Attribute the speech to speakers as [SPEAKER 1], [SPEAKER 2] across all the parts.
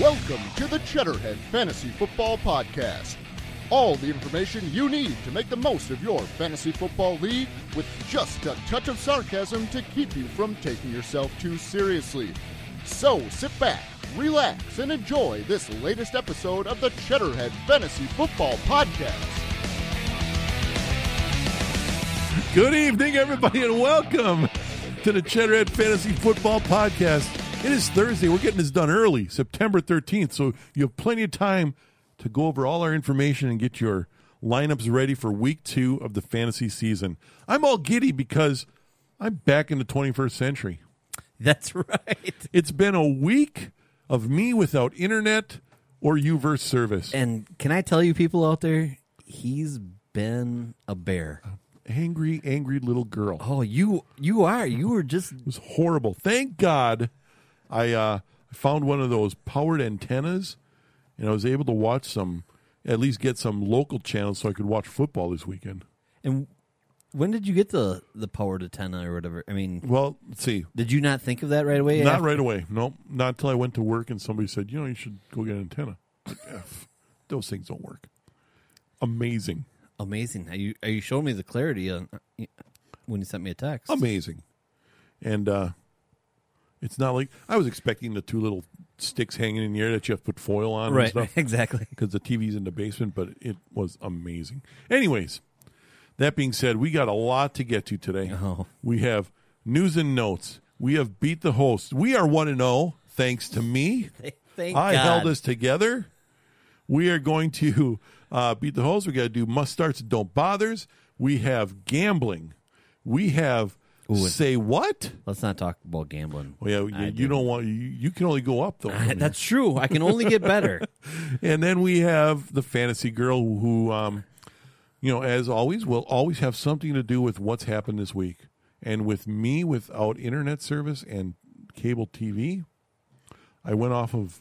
[SPEAKER 1] Welcome to the Cheddarhead Fantasy Football Podcast. All the information you need to make the most of your fantasy football league with just a touch of sarcasm to keep you from taking yourself too seriously. So sit back, relax, and enjoy this latest episode of the Cheddarhead Fantasy Football Podcast.
[SPEAKER 2] Good evening, everybody, and welcome to the Cheddarhead Fantasy Football Podcast. It is Thursday. We're getting this done early, September 13th, so you have plenty of time to go over all our information and get your lineups ready for week two of the fantasy season. I'm all giddy because I'm back in the 21st century.
[SPEAKER 3] That's right.
[SPEAKER 2] It's been a week of me without internet or Uverse service.
[SPEAKER 3] And can I tell you, people out there, he's been a bear.
[SPEAKER 2] Angry, angry little girl.
[SPEAKER 3] Oh, you you are. You were just
[SPEAKER 2] It was horrible. Thank God I uh, found one of those powered antennas and I was able to watch some, at least get some local channels so I could watch football this weekend.
[SPEAKER 3] and when did you get the the power to ten or whatever? I mean,
[SPEAKER 2] Well, let's see.
[SPEAKER 3] did you not think of that right away?
[SPEAKER 2] Not right away. Nope. Not until I went to work and somebody said, you know, you should go get an antenna. Like, F, those things don't work. Amazing.
[SPEAKER 3] Amazing. Are you are you showing me the clarity on, when you sent me a text?
[SPEAKER 2] Amazing. And uh, it's not like I was expecting the two little sticks hanging in the air that you have to put foil on and
[SPEAKER 3] right.
[SPEAKER 2] stuff.
[SPEAKER 3] Exactly.
[SPEAKER 2] because the TV's in the basement, but it was amazing. Anyways, that being said, we got a lot to get to today.
[SPEAKER 3] Oh.
[SPEAKER 2] We have news and notes. We have beat the host. We are 1 and 0 thanks to me.
[SPEAKER 3] Thank
[SPEAKER 2] I
[SPEAKER 3] God.
[SPEAKER 2] held us together. We are going to uh, beat the host. We got to do must starts and don't bothers. We have gambling. We have say what?
[SPEAKER 3] Let's not talk about gambling.
[SPEAKER 2] Well, yeah, you, you don't want you, you can only go up though. from here.
[SPEAKER 3] That's true. I can only get better.
[SPEAKER 2] And then we have the fantasy girl who, um, you know, as always, will always have something to do with what's happened this week. And with me without internet service and cable TV, I went off of,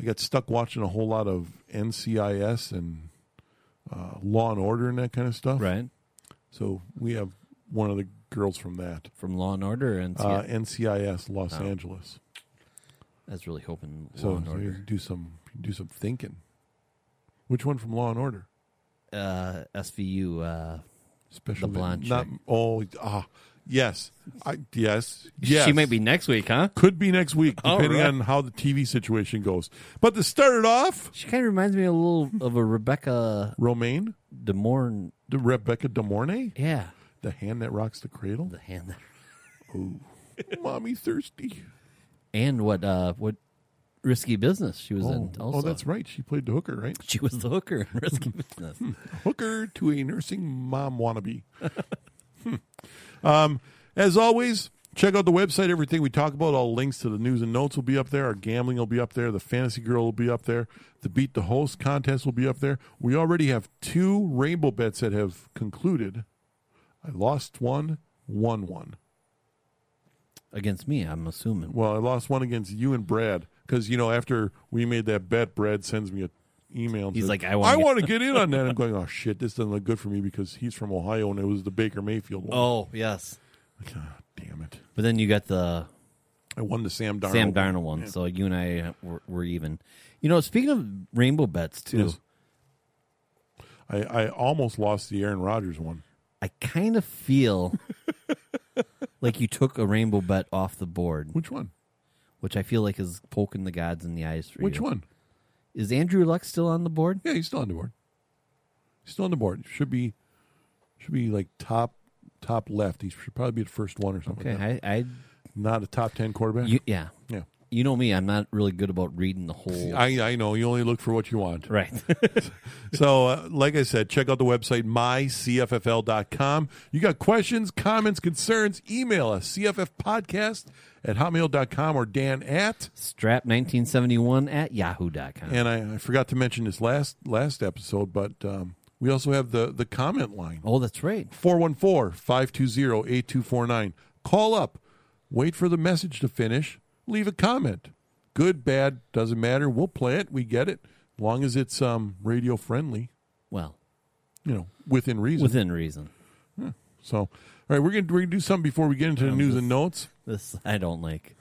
[SPEAKER 2] I got stuck watching a whole lot of NCIS and uh, Law and Order and that kind of stuff.
[SPEAKER 3] right.
[SPEAKER 2] So we have one of the girls from that.
[SPEAKER 3] From Law and Order and
[SPEAKER 2] Uh, NCIS Los Angeles.
[SPEAKER 3] I was really hoping Oh. Law
[SPEAKER 2] So,
[SPEAKER 3] and
[SPEAKER 2] so
[SPEAKER 3] Order.
[SPEAKER 2] you do some do some thinking. Which one from Law and Order?
[SPEAKER 3] uh, SVU. Uh,
[SPEAKER 2] Special
[SPEAKER 3] The blonde
[SPEAKER 2] vid- not,
[SPEAKER 3] chick.
[SPEAKER 2] Oh, ah, yes, I, yes, yes.
[SPEAKER 3] She might be next week, huh?
[SPEAKER 2] Could be next week,
[SPEAKER 3] All
[SPEAKER 2] depending
[SPEAKER 3] right.
[SPEAKER 2] on how the TV situation goes. But to start it off,
[SPEAKER 3] She kind of reminds me a little of a Rebecca
[SPEAKER 2] Romaine,
[SPEAKER 3] De Morn.
[SPEAKER 2] the Rebecca De Mornay,
[SPEAKER 3] Yeah,
[SPEAKER 2] the hand that rocks the cradle,
[SPEAKER 3] the hand. there.
[SPEAKER 2] mommy thirsty.
[SPEAKER 3] And what? Uh, what? Risky business. She was in. Also.
[SPEAKER 2] oh, that's right. She played the hooker, right?
[SPEAKER 3] She was the hooker in Risky Business.
[SPEAKER 2] hooker to a nursing mom wannabe. Hmm. um, as always, check out the website. Everything we talk about, all links to the news and notes will be up there. Our gambling will be up there. The fantasy girl will be up there. The beat the host contest will be up there. We already have two rainbow bets that have concluded. I lost one, won one.
[SPEAKER 3] Against me, I'm assuming.
[SPEAKER 2] Well, I lost one against you and Brad because you know after we made that bet, Brad sends me a email. and
[SPEAKER 3] He's
[SPEAKER 2] says,
[SPEAKER 3] like, "I wanna get-"
[SPEAKER 2] want to get in on that." I'm going, "Oh shit, this doesn't look good for me because he's from Ohio and it was the Baker Mayfield one."
[SPEAKER 3] Oh yes.
[SPEAKER 2] Like, ah, damn it!
[SPEAKER 3] But then you got the
[SPEAKER 2] I won the Sam Darnold.
[SPEAKER 3] Sam Darnold one, so you and I were, were even. You know, speaking of rainbow bets too,
[SPEAKER 2] Yes. I, I almost lost the Aaron Rodgers one.
[SPEAKER 3] I kind of feel like you took a rainbow bet off the board,
[SPEAKER 2] Which one?
[SPEAKER 3] which I feel like is poking the gods in the eyes for you.
[SPEAKER 2] Which one?
[SPEAKER 3] Is Andrew Luck still on the board?
[SPEAKER 2] Yeah, he's still on the board. He's still on the board. Should be, should be like top, top left. He should probably be the first one or something.
[SPEAKER 3] Okay,
[SPEAKER 2] like that.
[SPEAKER 3] I, I
[SPEAKER 2] not a top ten quarterback.
[SPEAKER 3] you, yeah,
[SPEAKER 2] yeah.
[SPEAKER 3] you know me, I'm not really good about reading the whole.
[SPEAKER 2] I, I know you only look for what you want.
[SPEAKER 3] right,
[SPEAKER 2] So, uh, like I said, check out the website, mycffl.com. You got questions, comments, concerns, email us, cffpodcast at hotmail.com or dan at.
[SPEAKER 3] strap 1971 at yahoo.com.
[SPEAKER 2] And I, I forgot to mention this last last episode, but um, we also have the, the comment line.
[SPEAKER 3] oh, that's right.
[SPEAKER 2] 414-520-8249. Call up. Wait for the message to finish. Leave a comment. Good, bad, doesn't matter. We'll play it. We get it. As long as it's um, radio friendly,
[SPEAKER 3] Well,
[SPEAKER 2] you know, within reason.
[SPEAKER 3] within reason.
[SPEAKER 2] So All right, we're gonna we're gonna do something before we get into the news and notes.
[SPEAKER 3] This I don't like.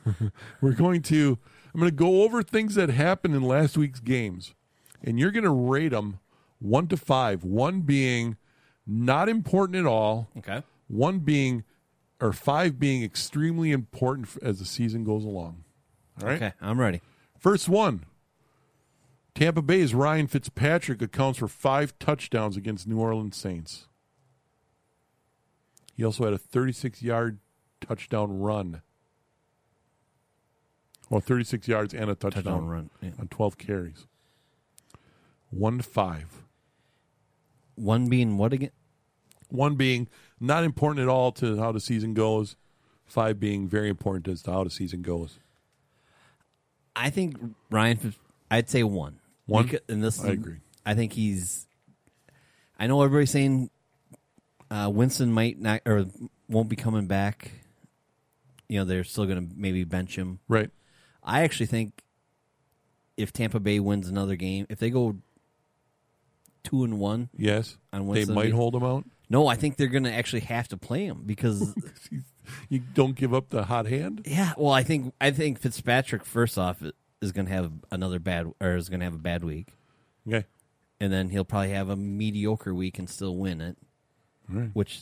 [SPEAKER 2] We're going to I'm gonna go over things that happened in last week's games, and you're gonna rate them one to five. One being not important at all.
[SPEAKER 3] Okay.
[SPEAKER 2] One being or five being extremely important f- as the season goes along. All right.
[SPEAKER 3] Okay, I'm ready.
[SPEAKER 2] First one. Tampa Bay's Ryan Fitzpatrick accounts for five touchdowns against New Orleans Saints. He also had a 36 yard touchdown run. Well, 36 yards and a touchdown,
[SPEAKER 3] Touchdown run, yeah.
[SPEAKER 2] on 12 carries. One to five.
[SPEAKER 3] One being what again?
[SPEAKER 2] One being not important at all to how the season goes, five being very important as to how the season goes.
[SPEAKER 3] I think Ryan. Fitz- I'd say one.
[SPEAKER 2] One?
[SPEAKER 3] Because, and this,
[SPEAKER 2] I agree.
[SPEAKER 3] I think he's. I know everybody's saying uh, Winston might not or won't be coming back. You know they're still going to maybe bench him.
[SPEAKER 2] Right.
[SPEAKER 3] I actually think if Tampa Bay wins another game, if they go two and one,
[SPEAKER 2] Yes.
[SPEAKER 3] On
[SPEAKER 2] they
[SPEAKER 3] Winston
[SPEAKER 2] might
[SPEAKER 3] be-
[SPEAKER 2] hold him out.
[SPEAKER 3] no, I think they're going to actually have to play him because
[SPEAKER 2] You don't give up the hot hand.
[SPEAKER 3] yeah. Well, I think I think Fitzpatrick first off is going to have another bad or is going to have a bad week.
[SPEAKER 2] Okay.
[SPEAKER 3] and then he'll probably have a mediocre week and still win it. Which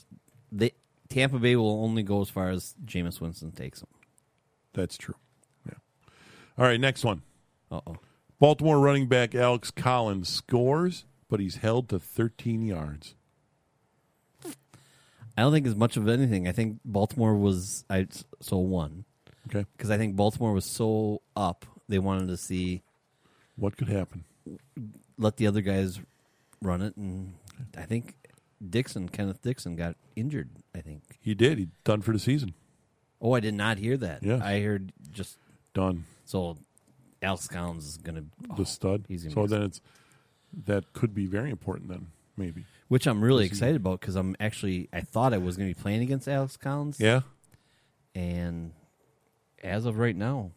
[SPEAKER 3] they, Tampa Bay will only go as far as Jameis Winston takes him.
[SPEAKER 2] That's true. Yeah. All right, next one.
[SPEAKER 3] Uh oh.
[SPEAKER 2] Baltimore running back Alex Collins scores, but he's held to 13 yards.
[SPEAKER 3] I don't think as much of anything. I think Baltimore was I so one
[SPEAKER 2] Okay.
[SPEAKER 3] because I think Baltimore was so up they wanted to see
[SPEAKER 2] What could happen?
[SPEAKER 3] let the other guys run it, and I think Dixon Kenneth Dixon got injured. I think.
[SPEAKER 2] He did. He done for the season.
[SPEAKER 3] Oh, I did not hear that.
[SPEAKER 2] Yes.
[SPEAKER 3] I heard just
[SPEAKER 2] Done.
[SPEAKER 3] so. Alex Collins is going to
[SPEAKER 2] The stud.
[SPEAKER 3] he's
[SPEAKER 2] So
[SPEAKER 3] amazing.
[SPEAKER 2] then it's that could be very important then, maybe.
[SPEAKER 3] which I'm really excited about because I'm actually I thought I was going to be playing against Alex Collins,
[SPEAKER 2] Yeah.
[SPEAKER 3] and as of right now,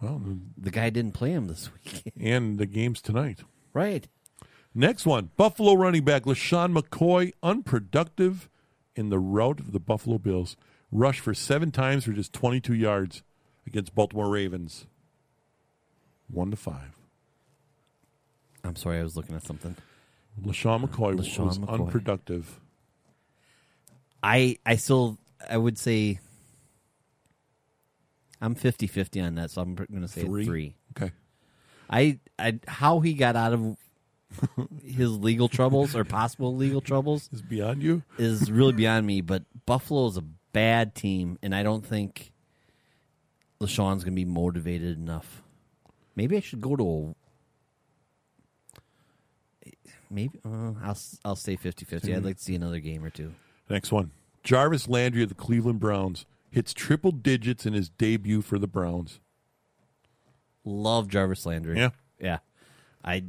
[SPEAKER 2] Well,
[SPEAKER 3] the guy didn't play him this week.
[SPEAKER 2] and the games tonight.
[SPEAKER 3] right?
[SPEAKER 2] Next one. Buffalo running back LaShawn McCoy, unproductive in the rout of the Buffalo Bills. Rushed for seven times for just 22 yards against Baltimore Ravens. One to five.
[SPEAKER 3] I'm sorry, I was looking at something.
[SPEAKER 2] LaShawn McCoy
[SPEAKER 3] LaShawn
[SPEAKER 2] was
[SPEAKER 3] McCoy.
[SPEAKER 2] unproductive.
[SPEAKER 3] I I still I would say I'm 50-50 on that, so I'm going to say
[SPEAKER 2] Three?
[SPEAKER 3] three.
[SPEAKER 2] Okay.
[SPEAKER 3] I I how he got out of his legal troubles or possible legal troubles
[SPEAKER 2] Is beyond you?
[SPEAKER 3] is really beyond me, but Buffalo is a bad team, and I don't think LaShawn's going to be motivated enough. Maybe I should go to a. Maybe uh, I'll s- I'll say 50-50. I'd like to see another game or two.
[SPEAKER 2] Next one. Jarvis Landry of the Cleveland Browns hits triple digits in his debut for the Browns.
[SPEAKER 3] Love Jarvis Landry.
[SPEAKER 2] Yeah.
[SPEAKER 3] yeah. I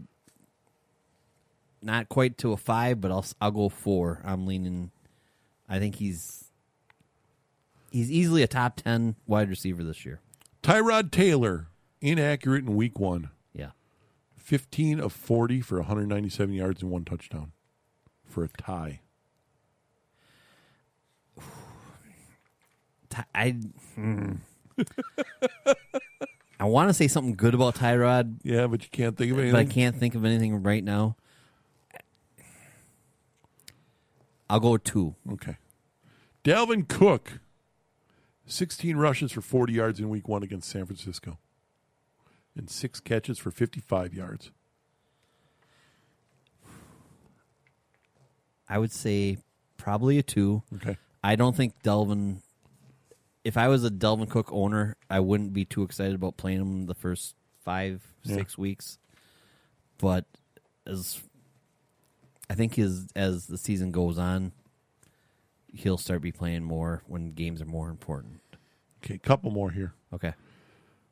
[SPEAKER 3] not quite to a five, but I'll s- I'll go four. I'm leaning. I think he's he's easily a top ten wide receiver this year.
[SPEAKER 2] Tyrod Taylor, inaccurate in week one.
[SPEAKER 3] Yeah.
[SPEAKER 2] 15 of 40 for 197 yards and one touchdown for a tie.
[SPEAKER 3] Ty- I hmm. I want to say something good about Tyrod,
[SPEAKER 2] Yeah, but you can't think of anything.
[SPEAKER 3] but I can't think of anything right now. I'll go two.
[SPEAKER 2] Okay. Dalvin Cook, 16 rushes for 40 yards in week one against San Francisco, and six catches for 55 yards.
[SPEAKER 3] I would say probably a two.
[SPEAKER 2] Okay.
[SPEAKER 3] I don't think Delvin. If I was a Delvin Cook owner, I wouldn't be too excited about playing him the first five,
[SPEAKER 2] Yeah.
[SPEAKER 3] six weeks. But as I think as as the season goes on, he'll start be playing more when games are more important.
[SPEAKER 2] Okay, couple more here.
[SPEAKER 3] Okay.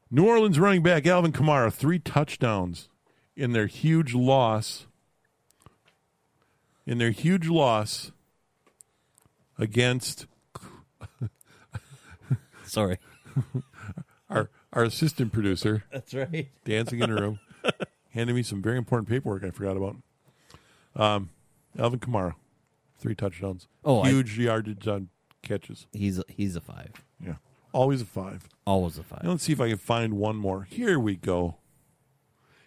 [SPEAKER 2] New Orleans running back Alvin Kamara, three touchdowns in their huge loss. In their huge loss against
[SPEAKER 3] Sorry.
[SPEAKER 2] our our assistant producer
[SPEAKER 3] That's right.
[SPEAKER 2] dancing in a room, handed me some very important paperwork I forgot about. Um, Alvin Kamara, three touchdowns,
[SPEAKER 3] Oh, I-
[SPEAKER 2] huge yardage on catches.
[SPEAKER 3] He's a, he's a five.
[SPEAKER 2] Yeah. Always a five.
[SPEAKER 3] Always a
[SPEAKER 2] Now
[SPEAKER 3] five.
[SPEAKER 2] let's see if I can find one more. Here we go.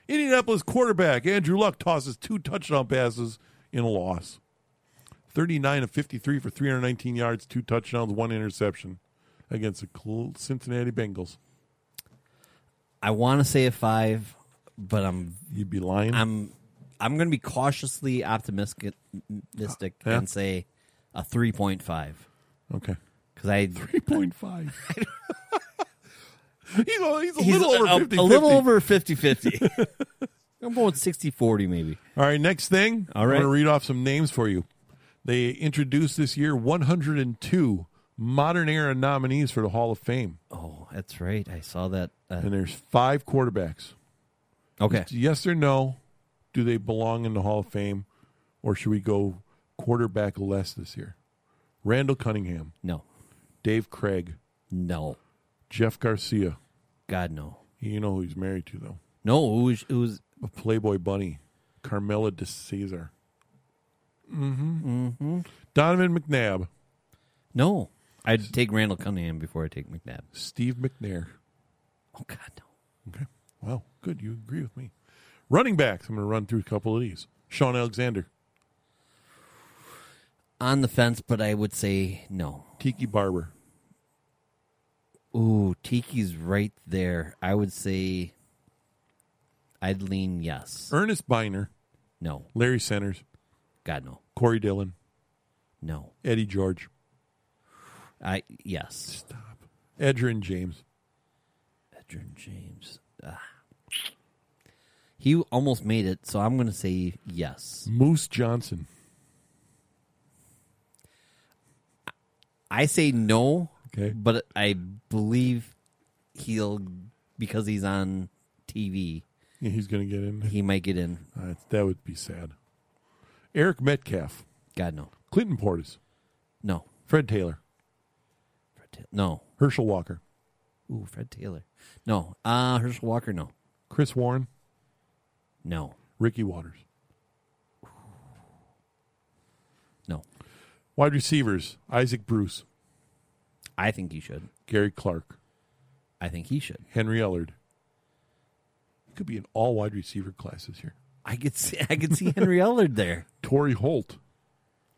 [SPEAKER 2] Indianapolis quarterback Andrew Luck tosses two touchdown passes in a loss. 39 of 53 for 319 yards, two touchdowns, one interception against the Cl- Cincinnati Bengals.
[SPEAKER 3] I want to say a five, but I'm
[SPEAKER 2] You'd be lying.
[SPEAKER 3] I'm I'm going to be cautiously optimistic mystic
[SPEAKER 2] Yeah.
[SPEAKER 3] and say a three point five
[SPEAKER 2] okay.
[SPEAKER 3] because I
[SPEAKER 2] 3.5. he's a, he's a
[SPEAKER 3] he's
[SPEAKER 2] little over 50.
[SPEAKER 3] a little over 50 50. I'm going 60 40 maybe.
[SPEAKER 2] All right, next thing.
[SPEAKER 3] All
[SPEAKER 2] I'm
[SPEAKER 3] right.
[SPEAKER 2] going to read off some names for you. They introduced this year 102 modern era nominees for the Hall of Fame,
[SPEAKER 3] Oh, that's right. I saw that. Uh,
[SPEAKER 2] and there's five quarterbacks.
[SPEAKER 3] okay.
[SPEAKER 2] Yes or no? Do they belong in the Hall of Fame, or should we go quarterback less this year? Randall Cunningham,
[SPEAKER 3] No.
[SPEAKER 2] Dave Craig,
[SPEAKER 3] No.
[SPEAKER 2] Jeff Garcia.
[SPEAKER 3] God, no.
[SPEAKER 2] You know who he's married to, though.
[SPEAKER 3] No, it was, it was
[SPEAKER 2] A Playboy bunny, Carmela de Caesar. Mm-hmm. Donovan McNabb,
[SPEAKER 3] no. I'd take Randall Cunningham before I take McNabb.
[SPEAKER 2] Steve McNair.
[SPEAKER 3] Oh, God, no.
[SPEAKER 2] Okay. Wow. Good. You agree with me. Running backs. I'm going to run through a couple of these. Sean Alexander,
[SPEAKER 3] On the fence, but I would say no.
[SPEAKER 2] Tiki Barber,
[SPEAKER 3] Ooh, Tiki's right there. I would say I'd lean yes.
[SPEAKER 2] Ernest Biner,
[SPEAKER 3] No.
[SPEAKER 2] Larry Centers,
[SPEAKER 3] God, no.
[SPEAKER 2] Corey Dillon,
[SPEAKER 3] No.
[SPEAKER 2] Eddie George.
[SPEAKER 3] I Yes.
[SPEAKER 2] Stop. Edrin James.
[SPEAKER 3] Edgerton James. Ah. He almost made it, so I'm going to say yes.
[SPEAKER 2] Moose Johnson.
[SPEAKER 3] I say no,
[SPEAKER 2] Okay.
[SPEAKER 3] but I believe he'll because he's on TV.
[SPEAKER 2] Yeah, he's going to get in.
[SPEAKER 3] He might get in.
[SPEAKER 2] Uh, that would be sad. Eric Metcalf.
[SPEAKER 3] God no,
[SPEAKER 2] Clinton Portis.
[SPEAKER 3] no,
[SPEAKER 2] Fred Taylor.
[SPEAKER 3] Fred Ta- no.
[SPEAKER 2] Herschel Walker.
[SPEAKER 3] Ooh, Fred Taylor. No. Uh Herschel Walker. No,
[SPEAKER 2] Chris Warren.
[SPEAKER 3] no,
[SPEAKER 2] Ricky Waters.
[SPEAKER 3] no.
[SPEAKER 2] Wide receivers. Isaac Bruce.
[SPEAKER 3] I think he should.
[SPEAKER 2] Gary Clark.
[SPEAKER 3] I think he should.
[SPEAKER 2] Henry Ellard. It could be an all wide receiver class this year.
[SPEAKER 3] I could see. I could see Henry Ellard there.
[SPEAKER 2] Torrey Holt,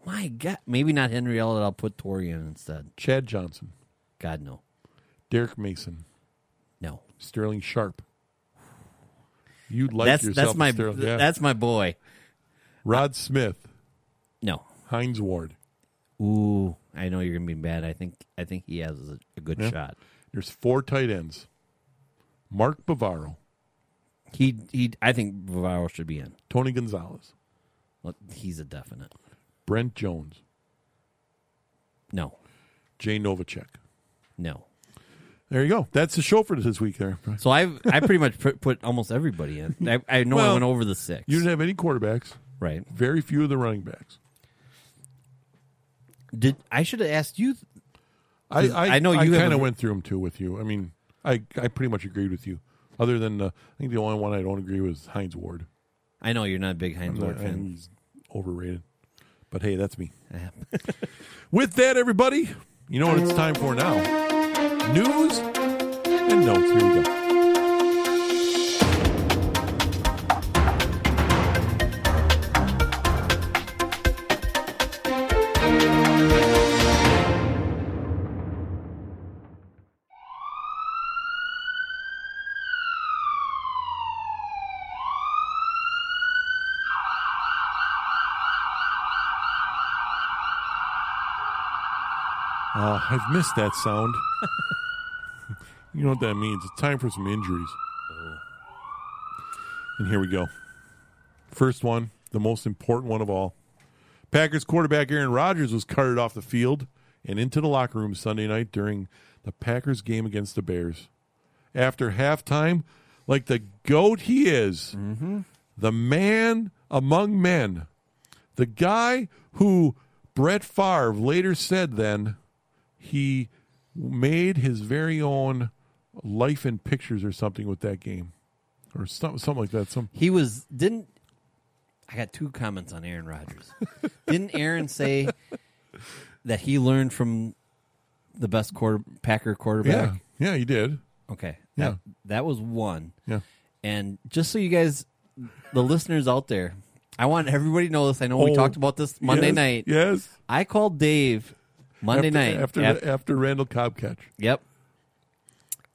[SPEAKER 3] My God, maybe not Henry Ellard. I'll put Tori in instead.
[SPEAKER 2] Chad Johnson,
[SPEAKER 3] God no,
[SPEAKER 2] Derek Mason,
[SPEAKER 3] no.
[SPEAKER 2] Sterling Sharp. You like
[SPEAKER 3] that's
[SPEAKER 2] yourself,
[SPEAKER 3] that's my
[SPEAKER 2] a Sterling, yeah.
[SPEAKER 3] that's my boy.
[SPEAKER 2] Rod Smith,
[SPEAKER 3] No.
[SPEAKER 2] Heinz Ward.
[SPEAKER 3] Ooh, I know you're gonna be mad. I think I think he has a, a good
[SPEAKER 2] Yeah.
[SPEAKER 3] shot.
[SPEAKER 2] There's four tight ends. Mark Bavaro,
[SPEAKER 3] He he. I think Bavaro should be in.
[SPEAKER 2] Tony Gonzalez,
[SPEAKER 3] Well, he's a definite.
[SPEAKER 2] Brent Jones,
[SPEAKER 3] No,
[SPEAKER 2] Jay Novacek.
[SPEAKER 3] no.
[SPEAKER 2] There you go. That's the show for this week. There,
[SPEAKER 3] So I've I pretty much put, put almost everybody in. I, I know
[SPEAKER 2] Well,
[SPEAKER 3] I went over the six.
[SPEAKER 2] you didn't have any quarterbacks.
[SPEAKER 3] right?
[SPEAKER 2] Very few of the running backs.
[SPEAKER 3] Did I should have asked you?
[SPEAKER 2] I, I,
[SPEAKER 3] I know you
[SPEAKER 2] kind of
[SPEAKER 3] haven't-
[SPEAKER 2] went through them too with you. I mean, I I pretty much agreed with you. Other than uh, I think the only one I don't agree with is Heinz Ward.
[SPEAKER 3] I know you're not a big Heinz Ward
[SPEAKER 2] I think
[SPEAKER 3] fan.
[SPEAKER 2] he's overrated. But hey, that's me.
[SPEAKER 3] Yeah.
[SPEAKER 2] With that, everybody, you know what it's time for now? News and notes. Here we go. Uh, I've missed that sound. you know what that means? It's time for some injuries. And here we go. First one, the most important one of all. Packers quarterback Aaron Rodgers was carted off the field and into the locker room Sunday night during the Packers game against the Bears. After halftime, like the goat he is, the man among men, the guy who Brett Favre later said then he made his very own life in pictures or something with that game. Or some- something like that. Some
[SPEAKER 3] He was didn't. I got two comments on Aaron Rodgers. didn't Aaron say that he learned from the best quarter Packer quarterback?
[SPEAKER 2] Yeah, yeah, you did.
[SPEAKER 3] Okay.
[SPEAKER 2] Yeah.
[SPEAKER 3] That, that was one.
[SPEAKER 2] Yeah,
[SPEAKER 3] And just so you guys, the listeners out there, I want everybody to know this. I know we
[SPEAKER 2] Oh,
[SPEAKER 3] talked about this Monday
[SPEAKER 2] Yes,
[SPEAKER 3] night.
[SPEAKER 2] Yes,
[SPEAKER 3] I called Dave Monday
[SPEAKER 2] after,
[SPEAKER 3] night
[SPEAKER 2] after
[SPEAKER 3] af-
[SPEAKER 2] after Randall Cobb catch.
[SPEAKER 3] Yep.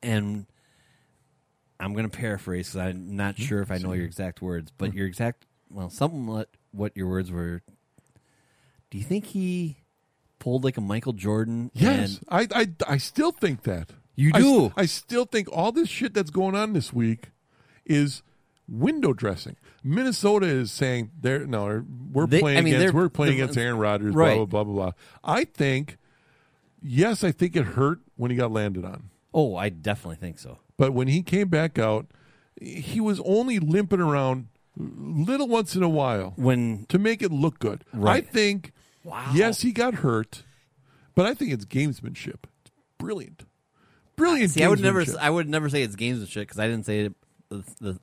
[SPEAKER 3] And I'm going to paraphrase because I'm
[SPEAKER 2] Mm-hmm.
[SPEAKER 3] not sure if I know your exact words, but your exact, well, something what, what your words were. Do you think he pulled like a Michael Jordan?
[SPEAKER 2] Yes,
[SPEAKER 3] and-
[SPEAKER 2] I, I I still think that
[SPEAKER 3] You
[SPEAKER 2] I
[SPEAKER 3] do.
[SPEAKER 2] st- I, still think all this shit that's going on this week is window dressing. Minnesota is saying they're no, we're
[SPEAKER 3] They-
[SPEAKER 2] playing
[SPEAKER 3] I mean,
[SPEAKER 2] against
[SPEAKER 3] they're-
[SPEAKER 2] we're playing
[SPEAKER 3] they're-
[SPEAKER 2] against Aaron Rodgers.
[SPEAKER 3] Right.
[SPEAKER 2] Blah blah blah blah blah. I think, yes, I think it hurt when he got landed on,
[SPEAKER 3] oh, I definitely think so.
[SPEAKER 2] but when he came back out, he was only limping around little once in a while
[SPEAKER 3] When,
[SPEAKER 2] to make it look good.
[SPEAKER 3] Right.
[SPEAKER 2] I think.
[SPEAKER 3] Wow.
[SPEAKER 2] Yes, he got hurt, but I think it's gamesmanship. It's brilliant, brilliant.
[SPEAKER 3] see, I would never,
[SPEAKER 2] gamesmanship.
[SPEAKER 3] I would never say it's games and shit because I didn't say it, the, the,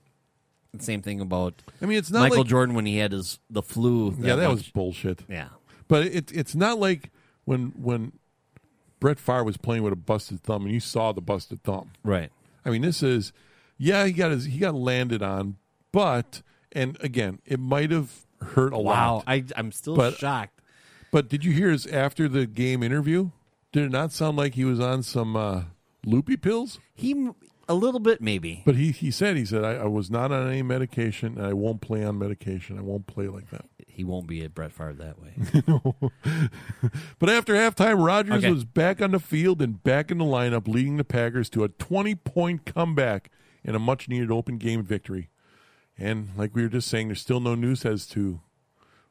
[SPEAKER 3] the same thing about
[SPEAKER 2] I mean, it's not
[SPEAKER 3] Michael
[SPEAKER 2] like
[SPEAKER 3] Jordan when he had his, the flu.
[SPEAKER 2] yeah, that
[SPEAKER 3] one-
[SPEAKER 2] was bullshit.
[SPEAKER 3] yeah.
[SPEAKER 2] But it, it's not like when when Brett Favre was playing with a busted thumb and you saw the busted thumb.
[SPEAKER 3] Right.
[SPEAKER 2] I mean, this is yeah, he got his he got landed on, but and again, it might have hurt a
[SPEAKER 3] Wow.
[SPEAKER 2] lot.
[SPEAKER 3] I, I'm still
[SPEAKER 2] But-
[SPEAKER 3] shocked.
[SPEAKER 2] But did you hear his after the game interview? Did it not sound like he was on some uh, loopy pills?
[SPEAKER 3] He, m- a little bit maybe.
[SPEAKER 2] But he, he said, he said, I, I was not on any medication and I won't play on medication. I won't play like that.
[SPEAKER 3] he won't be at Brett Favre that way.
[SPEAKER 2] But after halftime, Rodgers
[SPEAKER 3] Okay.
[SPEAKER 2] was back on the field and back in the lineup, leading the Packers to a 20 point comeback and a much needed open game victory. And like we were just saying, there's still no news as to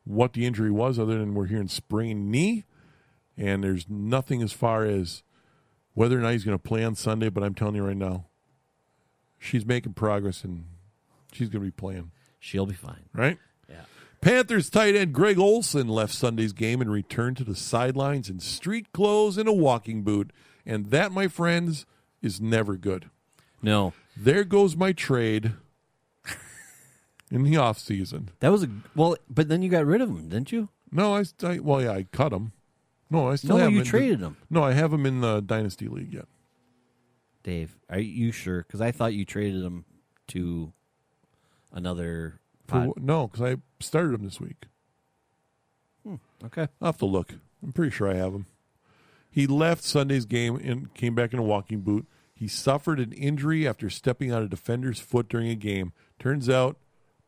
[SPEAKER 2] what the injury was, other than we're hearing sprained knee. And there's nothing as far as whether or not he's going to play on Sunday. But I'm telling you right now, she's making progress and she's going to be playing,
[SPEAKER 3] She'll be fine.
[SPEAKER 2] right?
[SPEAKER 3] Yeah.
[SPEAKER 2] Panthers tight end Greg Olson left Sunday's game and returned to the sidelines in street clothes and a walking boot. And that, my friends, is never good.
[SPEAKER 3] No,
[SPEAKER 2] There goes my trade in the off season.
[SPEAKER 3] that was a well, but then you got rid of him, didn't you?
[SPEAKER 2] No, I, st- I well, yeah, I cut him. No, I still
[SPEAKER 3] No,
[SPEAKER 2] have him
[SPEAKER 3] you
[SPEAKER 2] in the-
[SPEAKER 3] traded him,
[SPEAKER 2] no, I have him in the dynasty league yet.
[SPEAKER 3] Dave. Are you sure? Because I thought you traded him to another.
[SPEAKER 2] For,
[SPEAKER 3] Pod.
[SPEAKER 2] wh- no, because I started him this week.
[SPEAKER 3] Okay.
[SPEAKER 2] I'll have to look. I'm pretty sure I have him. He left Sunday's game and came back in a walking boot. He suffered an injury after stepping on a defender's foot during a game. Turns out,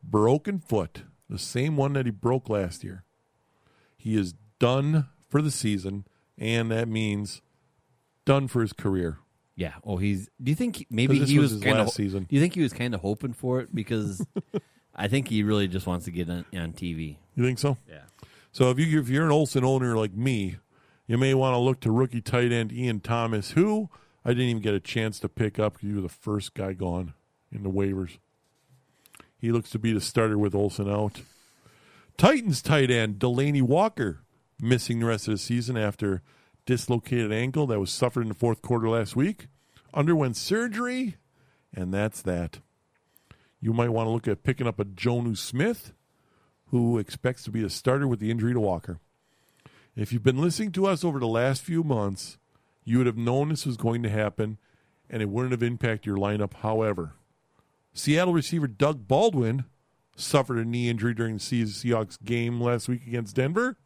[SPEAKER 2] broken foot, the same one that he broke last year. He is done for the season, and that means done for his career.
[SPEAKER 3] Yeah. Oh, he's. Do you think he- maybe
[SPEAKER 2] this
[SPEAKER 3] he
[SPEAKER 2] was his
[SPEAKER 3] was, kind of
[SPEAKER 2] last season.
[SPEAKER 3] Do you think he was kind of hoping for it because I think he really just wants to get on, on TV.
[SPEAKER 2] You think so?
[SPEAKER 3] Yeah.
[SPEAKER 2] So if you if you're an Olson owner like me, you may want to look to rookie tight end Ian Thomas, who I didn't even get a chance to pick up because you were the first guy gone in the waivers. He looks to be the starter with Olson out. Titans tight end Delaney Walker missing the rest of the season after dislocated ankle that was suffered in the fourth quarter last week. Underwent surgery, and that's that. You might want to look at picking up a Jonu Smith who expects to be the starter with the injury to Walker. If you've been listening to us over the last few months, you would have known this was going to happen and it wouldn't have impacted your lineup. However, Seattle receiver Doug Baldwin suffered a knee injury during the Se- Seahawks game last week against Denver.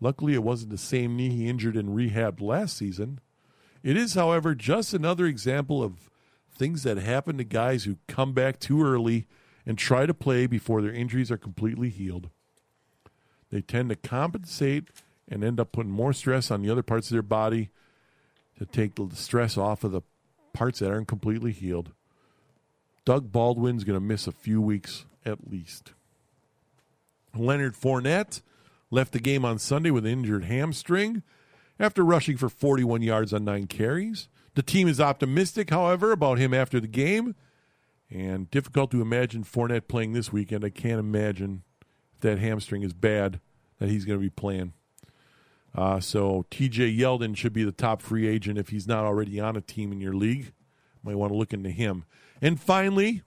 [SPEAKER 2] Luckily, it wasn't the same knee he injured in rehab last season. It is, however, just another example of things that happen to guys who come back too early and try to play before their injuries are completely healed. They tend to compensate and end up putting more stress on the other parts of their body to take the stress off of the parts that aren't completely healed. Doug Baldwin's going to miss a few weeks at least. Leonard Fournette left the game on Sunday with an injured hamstring after rushing for 41 yards on nine carries. The team is optimistic, however, about him after the game, and difficult to imagine Fournette playing this weekend. I can't imagine if that hamstring is bad that he's going to be playing. Uh, so TJ Yeldon should be the top free agent if he's not already on a team in your league. Might want to look into him. And finally,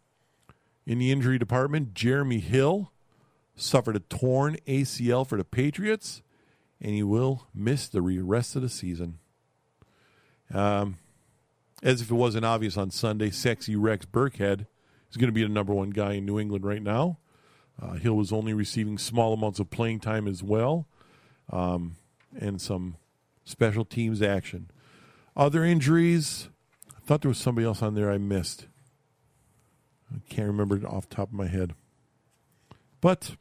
[SPEAKER 2] in the injury department, Jeremy Hill suffered a torn ACL for the Patriots, and he will miss the re- rest of the season. Um, as if it wasn't obvious on Sunday, sexy Rex Burkhead is going to be the number one guy in New England right now. Uh, Hill was only receiving small amounts of playing time as well, um, and some special teams action. Other injuries, I thought there was somebody else on there I missed. I can't remember it off the top of my head. But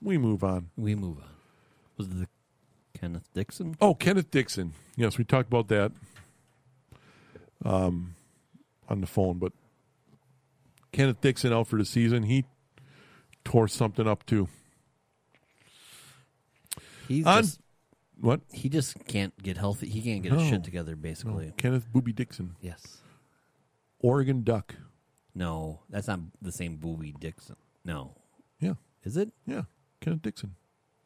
[SPEAKER 2] we move on.
[SPEAKER 3] We move on. Was it the Kenneth Dixon?
[SPEAKER 2] Oh, Kenneth Dixon. Yes, we talked about that um, on the phone, but Kenneth Dixon out for the season. He tore something up too.
[SPEAKER 3] He's
[SPEAKER 2] On-
[SPEAKER 3] just,
[SPEAKER 2] What?
[SPEAKER 3] he just can't get healthy. He can't get
[SPEAKER 2] No.
[SPEAKER 3] his shit together, basically.
[SPEAKER 2] Kenneth Booby Dixon,
[SPEAKER 3] Yes.
[SPEAKER 2] Oregon Duck.
[SPEAKER 3] No, that's not the same Booby Dixon. No.
[SPEAKER 2] Yeah,
[SPEAKER 3] Is it?
[SPEAKER 2] yeah. Kenneth Dixon.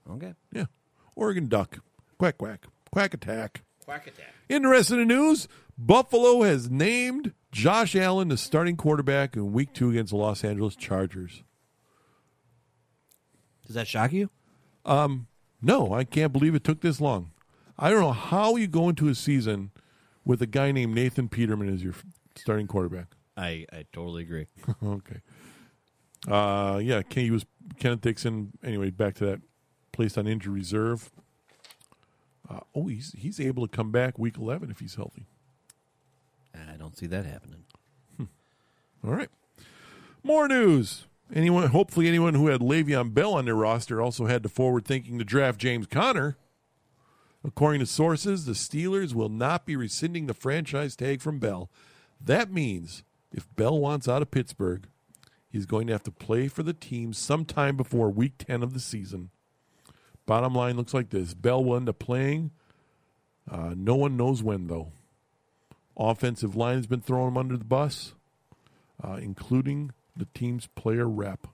[SPEAKER 3] Okay.
[SPEAKER 2] Yeah. Oregon Duck. Quack, quack. Quack attack.
[SPEAKER 4] Quack attack.
[SPEAKER 2] Interesting in the news Buffalo has named Josh Allen the starting quarterback in week two against the Los Angeles Chargers.
[SPEAKER 3] Does that shock you?
[SPEAKER 2] No, I can't believe it took this long. I don't know how you go into a season with a guy named Nathan Peterman as your f- starting quarterback.
[SPEAKER 3] I, I totally agree.
[SPEAKER 2] okay. Uh, yeah, Kenny was Kenneth Dixon. Anyway, back to that placed on injury reserve. Uh, oh, he's he's able to come back week eleven if he's healthy.
[SPEAKER 3] I don't see that happening.
[SPEAKER 2] All right. More news. Anyone, hopefully, anyone who had Le'Veon Bell on their roster also had the forward thinking to draft James Conner. According to sources, the Steelers will not be rescinding the franchise tag from Bell. That means if Bell wants out of Pittsburgh, he's going to have to play for the team sometime before week 10 of the season. Bottom line looks like this Bell will end up playing. Uh, no one knows when, though. Offensive line has been throwing him under the bus uh, including the team's player rep.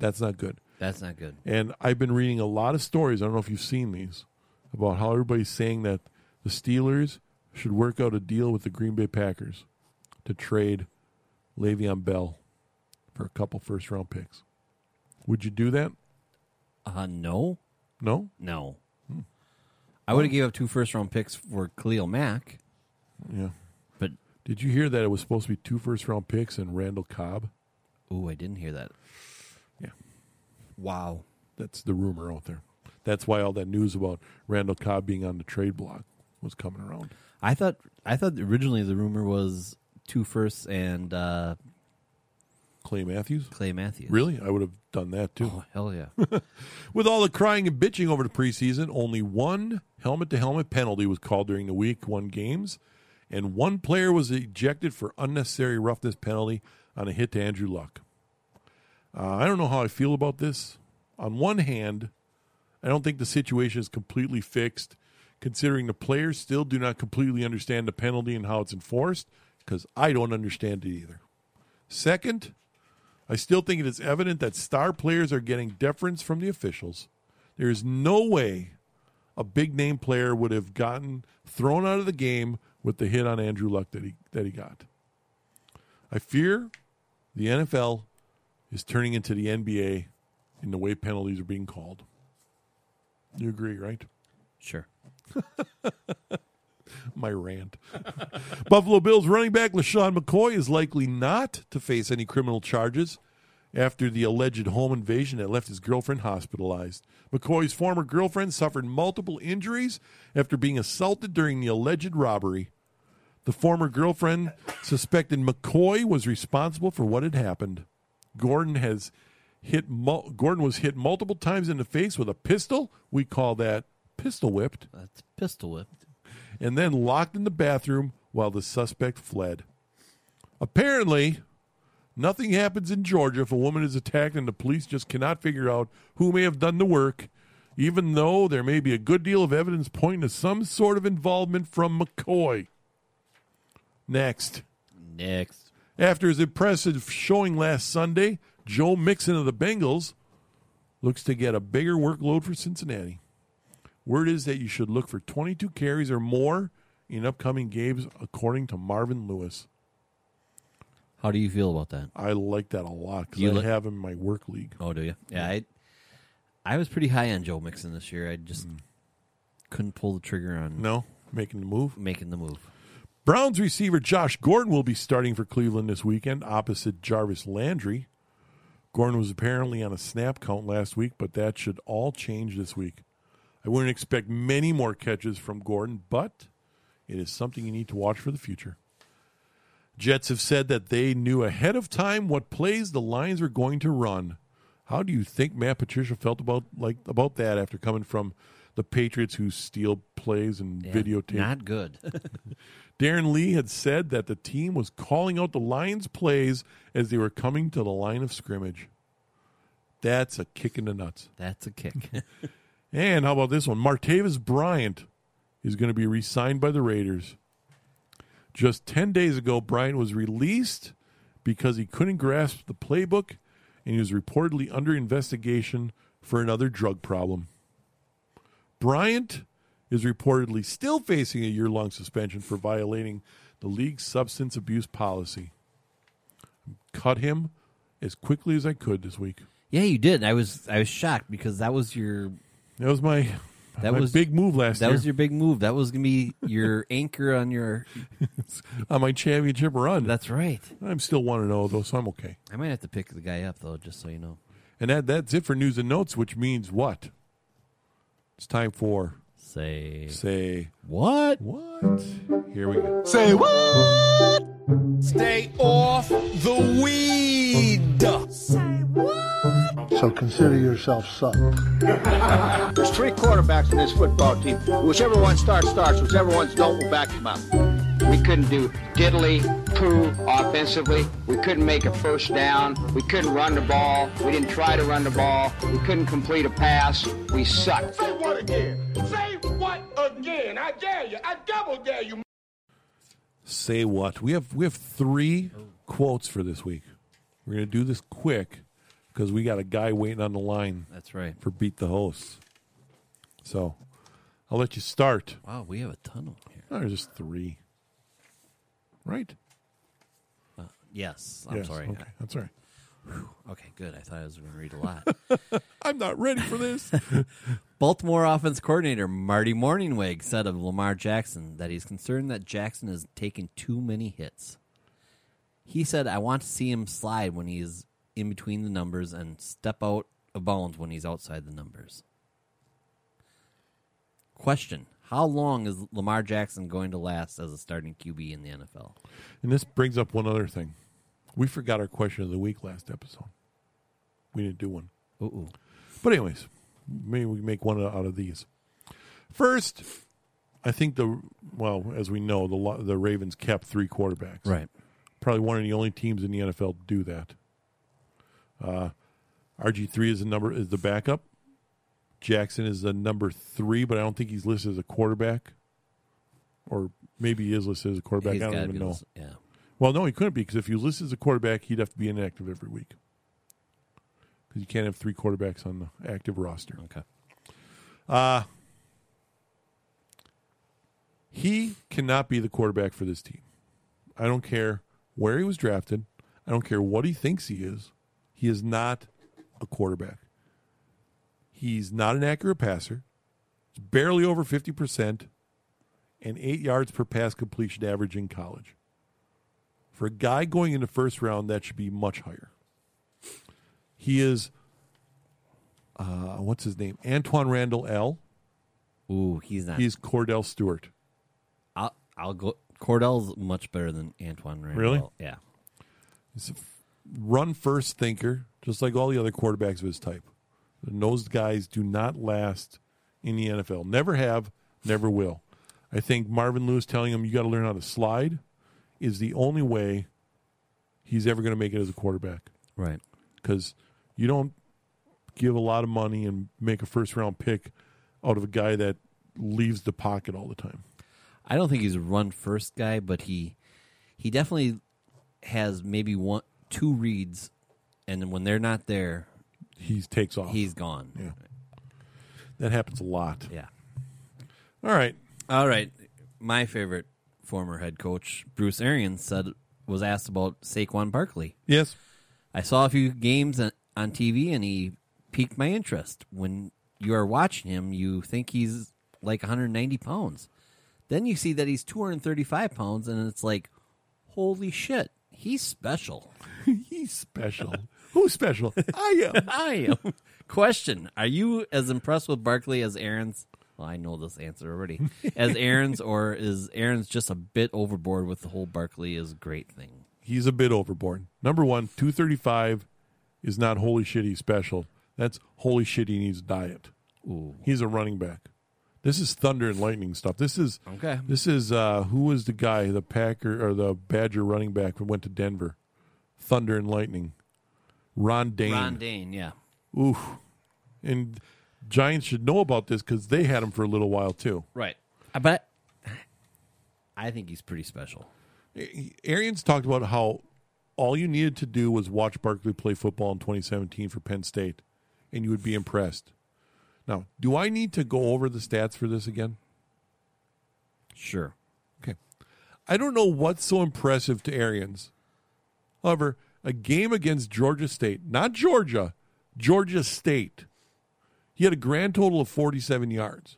[SPEAKER 2] That's not good.
[SPEAKER 3] That's not good.
[SPEAKER 2] And I've been reading a lot of stories. I don't know if you've seen these about how everybody's saying that the Steelers should work out a deal with the Green Bay Packers to trade Le'Veon Bell for a couple first round picks. Would you do that?
[SPEAKER 3] Uh, no.
[SPEAKER 2] No?
[SPEAKER 3] No. I would have gave up two first round picks for Cleo Mack,
[SPEAKER 2] Yeah.
[SPEAKER 3] but
[SPEAKER 2] Did you hear that it was supposed to be two first round picks and Randall Cobb?
[SPEAKER 3] oh, I didn't hear that.
[SPEAKER 2] Yeah.
[SPEAKER 3] Wow.
[SPEAKER 2] That's the rumor out there. That's why all that news about Randall Cobb being on the trade block was coming around.
[SPEAKER 3] I thought I thought originally the rumor was two firsts and uh,
[SPEAKER 2] Clay Matthews?
[SPEAKER 3] Clay Matthews.
[SPEAKER 2] Really? I would have done that too.
[SPEAKER 3] Oh hell yeah!
[SPEAKER 2] With all the crying and bitching over the preseason, only one helmet to helmet penalty was called during the week one games, and one player was ejected for unnecessary roughness penalty on a hit to Andrew Luck. Uh, I don't know how I feel about this. On one hand, I don't think the situation is completely fixed, considering the players still do not completely understand the penalty and how it's enforced, because I don't understand it either. Second, I still think it is evident that star players are getting deference from the officials. There is no way a big name player would have gotten thrown out of the game with the hit on Andrew Luck that he that he got. I fear the NFL is turning into the NBA in the way penalties are being called. You agree, right?
[SPEAKER 3] sure.
[SPEAKER 2] my rant. Buffalo Bills running back LaShawn McCoy is likely not to face any criminal charges after the alleged home invasion that left his girlfriend hospitalized. McCoy's former girlfriend suffered multiple injuries after being assaulted during the alleged robbery. The former girlfriend suspected McCoy was responsible for what had happened. Gordon has hit mul- Gordon was hit multiple times in the face with a pistol. We call that pistol whipped
[SPEAKER 3] That's pistol whipped.
[SPEAKER 2] and then locked in the bathroom while the suspect fled. Apparently, nothing happens in Georgia if a woman is attacked and the police just cannot figure out who may have done the work, even though there may be a good deal of evidence pointing to some sort of involvement from McCoy. Next.
[SPEAKER 3] Next.
[SPEAKER 2] After his impressive showing last Sunday, Joe Mixon of the Bengals looks to get a bigger workload for Cincinnati. Word is that you should look for 22 carries or more in upcoming games, according to Marvin Lewis.
[SPEAKER 3] How do you feel about that?
[SPEAKER 2] I like that a lot because
[SPEAKER 3] You
[SPEAKER 2] I
[SPEAKER 3] look-
[SPEAKER 2] have him in my work league.
[SPEAKER 3] Oh, do you? Yeah, I Mm. I was pretty high on Joe Mixon this year. I just couldn't pull the trigger on
[SPEAKER 2] No, making the move.
[SPEAKER 3] making the move.
[SPEAKER 2] Browns receiver Josh Gordon will be starting for Cleveland this weekend opposite Jarvis Landry. Gordon was apparently on a snap count last week, but that should all change this week. I wouldn't expect many more catches from Gordon, but it is something you need to watch for the future. Jets have said that they knew ahead of time what plays the Lions were going to run. How do you think Matt Patricia felt about like about that after coming from the Patriots who steal plays and
[SPEAKER 3] Yeah,
[SPEAKER 2] videotape
[SPEAKER 3] Not good.
[SPEAKER 2] Darren Lee had said that the team was calling out the Lions' plays as they were coming to the line of scrimmage. That's a kick in the nuts.
[SPEAKER 3] That's a kick.
[SPEAKER 2] And how about this one? Martavis Bryant is going to be re signed by the Raiders. Just 10 days ago, Bryant was released because he couldn't grasp the playbook and he was reportedly under investigation for another drug problem. Bryant is reportedly still facing a year long suspension for violating the league's substance abuse policy. Cut him as quickly as I could this week.
[SPEAKER 3] yeah, you did. I was I was shocked because that was your
[SPEAKER 2] That was my
[SPEAKER 3] That
[SPEAKER 2] my
[SPEAKER 3] was-
[SPEAKER 2] big move last
[SPEAKER 3] that
[SPEAKER 2] year.
[SPEAKER 3] was your big move. That was gonna be your anchor on your.
[SPEAKER 2] on my championship run.
[SPEAKER 3] That's right.
[SPEAKER 2] I'm still one to zero though, so I'm okay.
[SPEAKER 3] I might have to pick the guy up though, just so you know.
[SPEAKER 2] And that that's it for news and notes, which means what? It's time for
[SPEAKER 3] Say
[SPEAKER 2] say
[SPEAKER 3] what?
[SPEAKER 2] what? Here we go.
[SPEAKER 4] Say what? Stay off the weed.
[SPEAKER 5] So consider yourself sucked.
[SPEAKER 4] There's three quarterbacks in this football team. Whichever one starts, starts. Whichever ones don't, will back them up.
[SPEAKER 6] We couldn't do diddly poo offensively. We couldn't make a first down. We couldn't run the ball. We didn't try to run the ball. We couldn't complete a pass. We sucked.
[SPEAKER 7] Say what again? Say what again? I dare you. I double dare you.
[SPEAKER 2] Say what? We have we have three quotes for this week. We're gonna do this quick because we got a guy waiting on the line
[SPEAKER 3] That's right.
[SPEAKER 2] for beat the hosts. So I'll let you start.
[SPEAKER 3] Wow, we have a ton of them here.
[SPEAKER 2] Oh, there's just three. Right?
[SPEAKER 3] Yes, I'm
[SPEAKER 2] Yes,
[SPEAKER 3] sorry.
[SPEAKER 2] Okay, that's all right.
[SPEAKER 3] okay, good. I thought I was going to read a lot.
[SPEAKER 2] I'm not ready for this.
[SPEAKER 3] Baltimore offense coordinator Marty Morningweg said of Lamar Jackson that he's concerned that Jackson is taking too many hits. He said, I want to see him slide when he's in between the numbers and step out of bounds when he's outside the numbers. Question How long is Lamar Jackson going to last as a starting QB in the NFL?
[SPEAKER 2] And this brings up one other thing. We forgot our question of the week last episode. We didn't do one.
[SPEAKER 3] Ooh.
[SPEAKER 2] But anyways, maybe we can make one out of these. First, I think the well, as we know, the Lo- the Ravens kept three quarterbacks. Probably one of the only teams in the NFL to do that. Uh, RG three is the number is the backup. Jackson is the number three, but I don't think he's listed as a quarterback. Or maybe he is listed as a quarterback.
[SPEAKER 3] He's
[SPEAKER 2] I
[SPEAKER 3] gotta
[SPEAKER 2] don't even
[SPEAKER 3] be
[SPEAKER 2] know.
[SPEAKER 3] lis- Yeah.
[SPEAKER 2] Well, no, he couldn't be because if you list as a quarterback, he'd have to be inactive every week. Because you can't have three quarterbacks on the active roster.
[SPEAKER 3] Okay.
[SPEAKER 2] He cannot be the quarterback for this team. I don't care where he was drafted. I don't care what he thinks he is. He is not a quarterback. He's not an accurate passer. He's barely over 50% and eight yards per pass completion average in college. For a guy going in the first round, that should be much higher. He is, uh, what's his name? Antoine Randall L.
[SPEAKER 3] Ooh, he's not.
[SPEAKER 2] He's Cordell Stewart.
[SPEAKER 3] I'll, I'll go. Cordell's much better than Antoine Randall.
[SPEAKER 2] Really?
[SPEAKER 3] Yeah.
[SPEAKER 2] He's a f- run first thinker, just like all the other quarterbacks of his type. And those guys do not last in the NFL. Never have, never will. I think Marvin Lewis telling him you got to learn how to slide is the only way he's ever going to make it as a quarterback
[SPEAKER 3] Right.
[SPEAKER 2] because you don't give a lot of money and make a first round pick out of a guy that leaves the pocket all the time.
[SPEAKER 3] I don't think he's a run first guy, but he he definitely has maybe one two reads, and then when they're not there,
[SPEAKER 2] He takes off.
[SPEAKER 3] he's gone.
[SPEAKER 2] Yeah. that happens a lot.
[SPEAKER 3] Yeah.
[SPEAKER 2] All right.
[SPEAKER 3] All right. My favorite former head coach Bruce Arians said was asked about Saquon Barkley.
[SPEAKER 2] Yes.
[SPEAKER 3] I saw a few games on on TV, and he piqued my interest. When you are watching him, you think he's like 190 pounds. Then you see that he's 235 pounds, and it's like, holy shit, he's special.
[SPEAKER 2] He's special. Who's special? I am.
[SPEAKER 3] I am. Question Are you as impressed with Barkley as Aaron's? Well, I know this answer already. As Aaron's, or is Aaron's just a bit overboard with the whole Barkley is great thing?
[SPEAKER 2] He's a bit overboard. Number one, 235 is not holy shit, he's special. That's holy shit, he needs a diet. He's a running back. This is thunder and lightning stuff. This is
[SPEAKER 3] Okay.
[SPEAKER 2] This is uh, who was the guy, the Packer or the Badger running back who went to Denver? Thunder and lightning. Ron Dane.
[SPEAKER 3] Ron Dane, yeah.
[SPEAKER 2] Ooh. And Giants should know about this because they had him for a little while too.
[SPEAKER 3] Right. Uh, But I think he's pretty special.
[SPEAKER 2] Arians talked about how all you needed to do was watch Barkley play football in 2017 for Penn State, and you would be impressed. Now, do I need to go over the stats for this again?
[SPEAKER 3] Sure.
[SPEAKER 2] Okay. I don't know what's so impressive to Arians. However, a game against Georgia State, not Georgia, Georgia State, he had a grand total of 47 yards.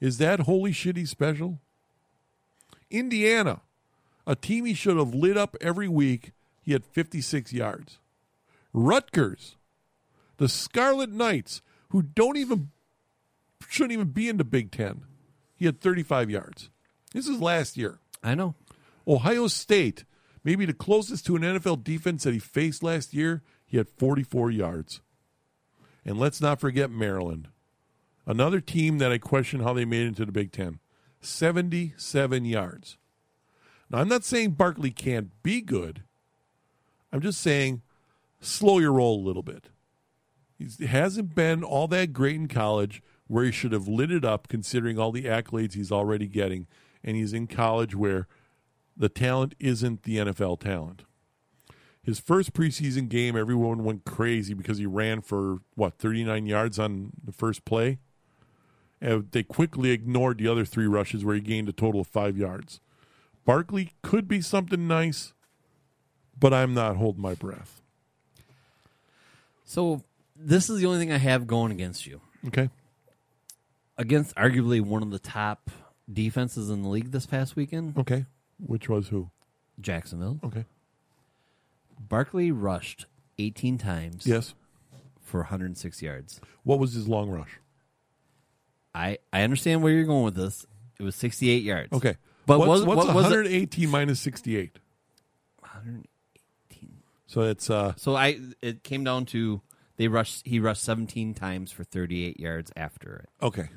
[SPEAKER 2] Is that holy shitty special? Indiana, a team he should have lit up every week, he had 56 yards. Rutgers, the Scarlet Knights, who don't even shouldn't even be in the Big Ten, he had 35 yards. This is last year.
[SPEAKER 3] I know.
[SPEAKER 2] Ohio State, maybe the closest to an NFL defense that he faced last year, he had 44 yards. And let's not forget Maryland, another team that I question how they made it into the Big Ten, 77 yards. Now, I'm not saying Barkley can't be good. I'm just saying slow your roll a little bit. He hasn't been all that great in college where he should have lit it up considering all the accolades he's already getting. And he's in college where the talent isn't the NFL talent. His first preseason game, everyone went crazy because he ran for what 39 yards on the first play. And they quickly ignored the other three rushes where he gained a total of five yards. Barkley could be something nice, but I'm not holding my breath.
[SPEAKER 3] So this is the only thing I have going against you.
[SPEAKER 2] Okay.
[SPEAKER 3] Against arguably one of the top defenses in the league this past weekend,
[SPEAKER 2] Okay. Which was who?
[SPEAKER 3] Jacksonville.
[SPEAKER 2] Okay.
[SPEAKER 3] Barkley rushed 18 times
[SPEAKER 2] Yes.
[SPEAKER 3] for 106 yards.
[SPEAKER 2] What was his long rush?
[SPEAKER 3] I, I understand where you're going with this. It was 68 yards.
[SPEAKER 2] Okay.
[SPEAKER 3] But
[SPEAKER 2] what's,
[SPEAKER 3] was,
[SPEAKER 2] what's
[SPEAKER 3] what was it?
[SPEAKER 2] 118 minus 68?
[SPEAKER 3] 118.
[SPEAKER 2] So it's uh
[SPEAKER 3] So I it came down to they rushed he rushed 17 times for 38 yards after it.
[SPEAKER 2] okay.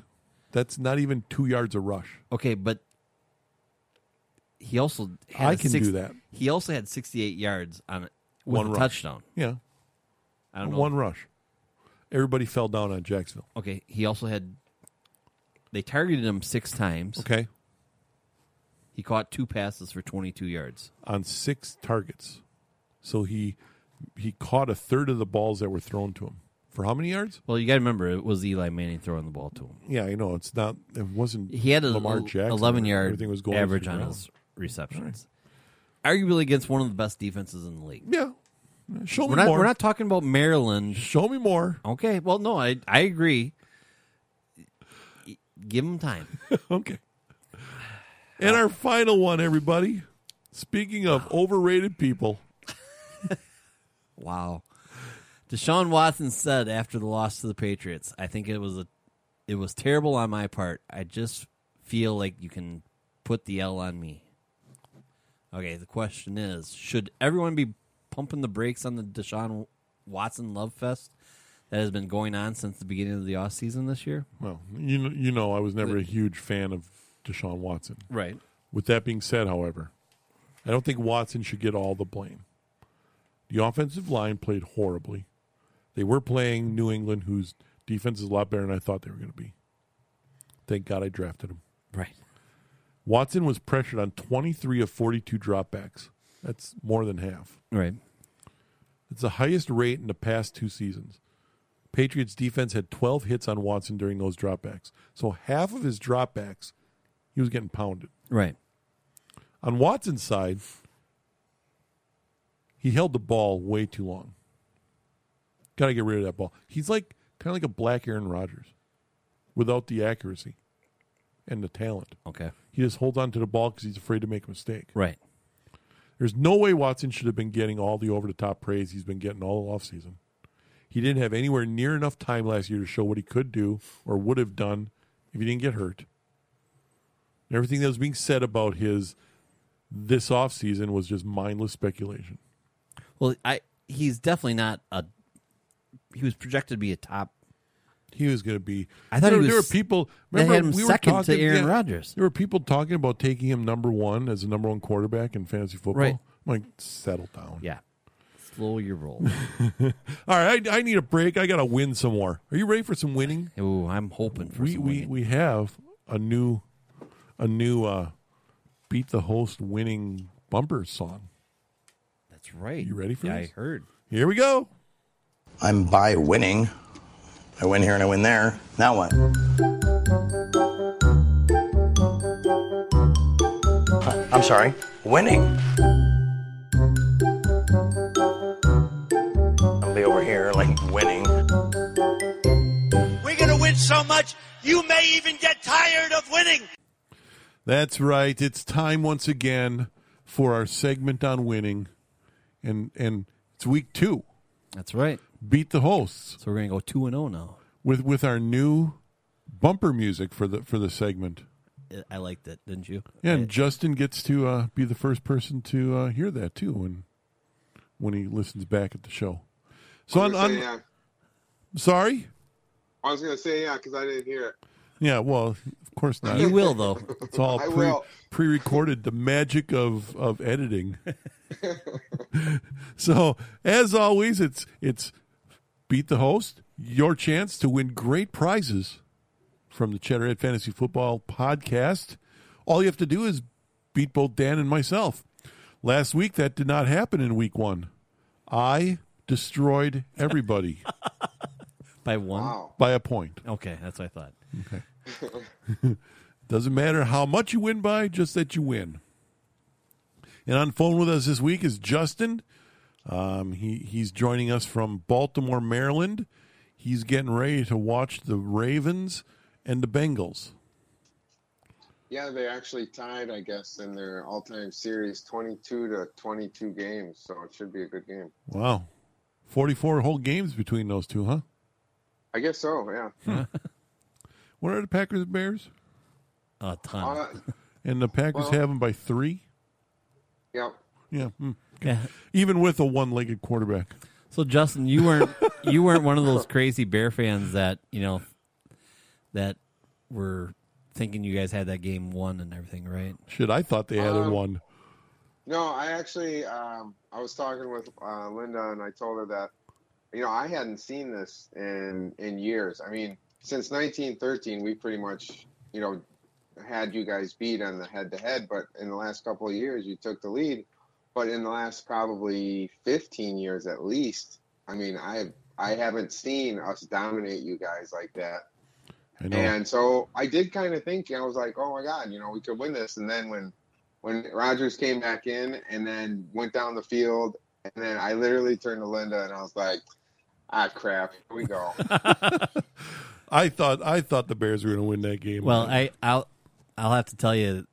[SPEAKER 2] That's not even 2 yards a rush.
[SPEAKER 3] Okay, but he also had
[SPEAKER 2] I
[SPEAKER 3] a
[SPEAKER 2] can
[SPEAKER 3] six-
[SPEAKER 2] do that.
[SPEAKER 3] He also had 68 yards on it with
[SPEAKER 2] One
[SPEAKER 3] a
[SPEAKER 2] rush.
[SPEAKER 3] touchdown.
[SPEAKER 2] Yeah.
[SPEAKER 3] I don't know.
[SPEAKER 2] One rush. Everybody fell down on Jacksonville.
[SPEAKER 3] Okay, he also had they targeted him 6 times.
[SPEAKER 2] Okay.
[SPEAKER 3] He caught two passes for 22 yards.
[SPEAKER 2] On 6 targets. So he he caught a third of the balls that were thrown to him. For how many yards?
[SPEAKER 3] Well, you got to remember it was Eli Manning throwing the ball to him.
[SPEAKER 2] Yeah, I know it's not it wasn't
[SPEAKER 3] He had a
[SPEAKER 2] Lamar
[SPEAKER 3] l-
[SPEAKER 2] Jackson.
[SPEAKER 3] 11 yard
[SPEAKER 2] Everything was going
[SPEAKER 3] average
[SPEAKER 2] through
[SPEAKER 3] on
[SPEAKER 2] the
[SPEAKER 3] his receptions. Arguably against one of the best defenses in the league.
[SPEAKER 2] ground. Yeah. Show
[SPEAKER 3] We're
[SPEAKER 2] me
[SPEAKER 3] not
[SPEAKER 2] more.
[SPEAKER 3] we're not talking about Maryland.
[SPEAKER 2] Show me more.
[SPEAKER 3] Okay, well no, I I agree. Y- Give him time.
[SPEAKER 2] Okay. And our final one, everybody. Speaking of overrated people,
[SPEAKER 3] Wow. Deshaun Watson said after the loss to the Patriots, I think it was a it was terrible on my part. I just feel like you can put the L on me. Okay, the question is, should everyone be pumping the brakes on the Deshaun Watson love fest that has been going on since the beginning of the offseason this year?
[SPEAKER 2] well, you know, you know, I was never a huge fan of Deshaun Watson.
[SPEAKER 3] Right.
[SPEAKER 2] With that being said, however, I don't think Watson should get all the blame. The offensive line played horribly. They were playing New England, whose defense is a lot better than I thought they were going to be. Thank God I drafted him.
[SPEAKER 3] Right.
[SPEAKER 2] Watson was pressured on 23 of 42 dropbacks. That's more than half.
[SPEAKER 3] Right.
[SPEAKER 2] It's the highest rate in the past two seasons. Patriots defense had 12 hits on Watson during those dropbacks. So half of his dropbacks, he was getting pounded.
[SPEAKER 3] Right.
[SPEAKER 2] On Watson's side, he held the ball way too long. Got to get rid of that ball. He's like kind of like a black Aaron Rodgers without the accuracy. and the talent.
[SPEAKER 3] Okay.
[SPEAKER 2] He just holds on to the ball because he's afraid to make a mistake.
[SPEAKER 3] Right.
[SPEAKER 2] There's no way Watson should have been getting all the over the top praise he's been getting all offseason. He didn't have anywhere near enough time last year to show what he could do or would have done if he didn't get hurt. And everything that was being said about his this offseason was just mindless speculation.
[SPEAKER 3] Well, I he's definitely not a. He was projected to be a top.
[SPEAKER 2] He was going to be.
[SPEAKER 3] I thought he
[SPEAKER 2] there, there were
[SPEAKER 3] was-
[SPEAKER 2] people.
[SPEAKER 3] they had
[SPEAKER 2] Remember,
[SPEAKER 3] him
[SPEAKER 2] we were
[SPEAKER 3] second to
[SPEAKER 2] talking,
[SPEAKER 3] Aaron Rodgers.
[SPEAKER 2] There were people talking about taking him number one as the number one quarterback in fantasy football.
[SPEAKER 3] Right.
[SPEAKER 2] I'm like, settle down.
[SPEAKER 3] Yeah. Slow your roll.
[SPEAKER 2] All right, I, I need a break. I got to win some more. Are you ready for some winning?
[SPEAKER 3] Ooh, I'm hoping for
[SPEAKER 2] we
[SPEAKER 3] some
[SPEAKER 2] we
[SPEAKER 3] winning.
[SPEAKER 2] we have a new a new uh beat the host winning bumper song.
[SPEAKER 3] That's right.
[SPEAKER 2] You ready for
[SPEAKER 3] yeah,
[SPEAKER 2] this?
[SPEAKER 3] I heard.
[SPEAKER 2] Here we go.
[SPEAKER 8] I'm by winning. I win here and I win there. Now what? Huh, I'm sorry. Winning. I'll be over here like winning.
[SPEAKER 9] We're going to win so much, you may even get tired of winning.
[SPEAKER 2] That's right. It's time once again for our segment on winning and and it's week 2.
[SPEAKER 3] That's right.
[SPEAKER 2] Beat the hosts
[SPEAKER 3] So we're gonna go two and zero now.
[SPEAKER 2] with with our new bumper music for the for the segment.
[SPEAKER 3] I- I liked it, didn't you?
[SPEAKER 2] Yeah,
[SPEAKER 3] I-
[SPEAKER 2] and Justin gets to uh, be the first person to uh, hear that too when when he listens back at the show. So on, on
[SPEAKER 10] yeah,
[SPEAKER 2] sorry?
[SPEAKER 10] uh, I was gonna say yeah because I didn't hear it.
[SPEAKER 2] Yeah, well, of course not.
[SPEAKER 3] you will though.
[SPEAKER 2] It's all
[SPEAKER 10] I
[SPEAKER 2] pre
[SPEAKER 10] will.
[SPEAKER 2] pre recorded. The magic of of editing. so as always, it's it's beat the host. Your chance to win great prizes from the Cheddarhead Fantasy Football Podcast. All you have to do is beat both Dan and myself. Last week that did not happen in week one. I destroyed everybody
[SPEAKER 3] By one.
[SPEAKER 2] by a point.
[SPEAKER 3] Okay, that's what I thought.
[SPEAKER 2] Doesn't matter how much you win by, just that you win. And on phone with us this week is Justin. Um, he he's joining us from Baltimore, Maryland. He's getting ready to watch the Ravens and the Bengals.
[SPEAKER 10] Yeah, they actually tied, I guess, in their all-time series, twenty-two to twenty-two games. So it should be a good game.
[SPEAKER 2] Wow, forty-four whole games between those two, huh?
[SPEAKER 10] I guess so. Oh, Yeah.
[SPEAKER 2] What are the Packers and Bears?
[SPEAKER 3] A ton.
[SPEAKER 10] Uh,
[SPEAKER 2] And the Packers
[SPEAKER 10] Well-
[SPEAKER 2] have them by three.
[SPEAKER 10] yep.
[SPEAKER 2] Yeah, hmm.
[SPEAKER 3] yeah.
[SPEAKER 2] even with a one-legged quarterback.
[SPEAKER 3] So Justin, you weren't you weren't one of those crazy bear fans that you know that were thinking you guys had that game won and everything, right?
[SPEAKER 2] Shit, I thought they had it
[SPEAKER 10] Um,
[SPEAKER 2] one.
[SPEAKER 10] No, I actually, um, I was talking with uh, Linda, and I told her that, you know, I hadn't seen this in in years. I mean, since 1913, we pretty much, you know, had you guys beat on the head-to-head. But in the last couple of years, you took the lead. But in the last probably 15 years, at least, I mean, I I haven't seen us dominate you guys like that.
[SPEAKER 2] I know.
[SPEAKER 10] And so I did kind of think, I was like, oh my God, you know, we could win this. And then when, when Rogers came back in and then went down the field, and then I literally turned to Linda and I was like, ah, crap, here we go.
[SPEAKER 3] Oh,
[SPEAKER 2] I thought I thought the Bears were going to win that game.
[SPEAKER 3] Well, I I'll I'll have to tell you,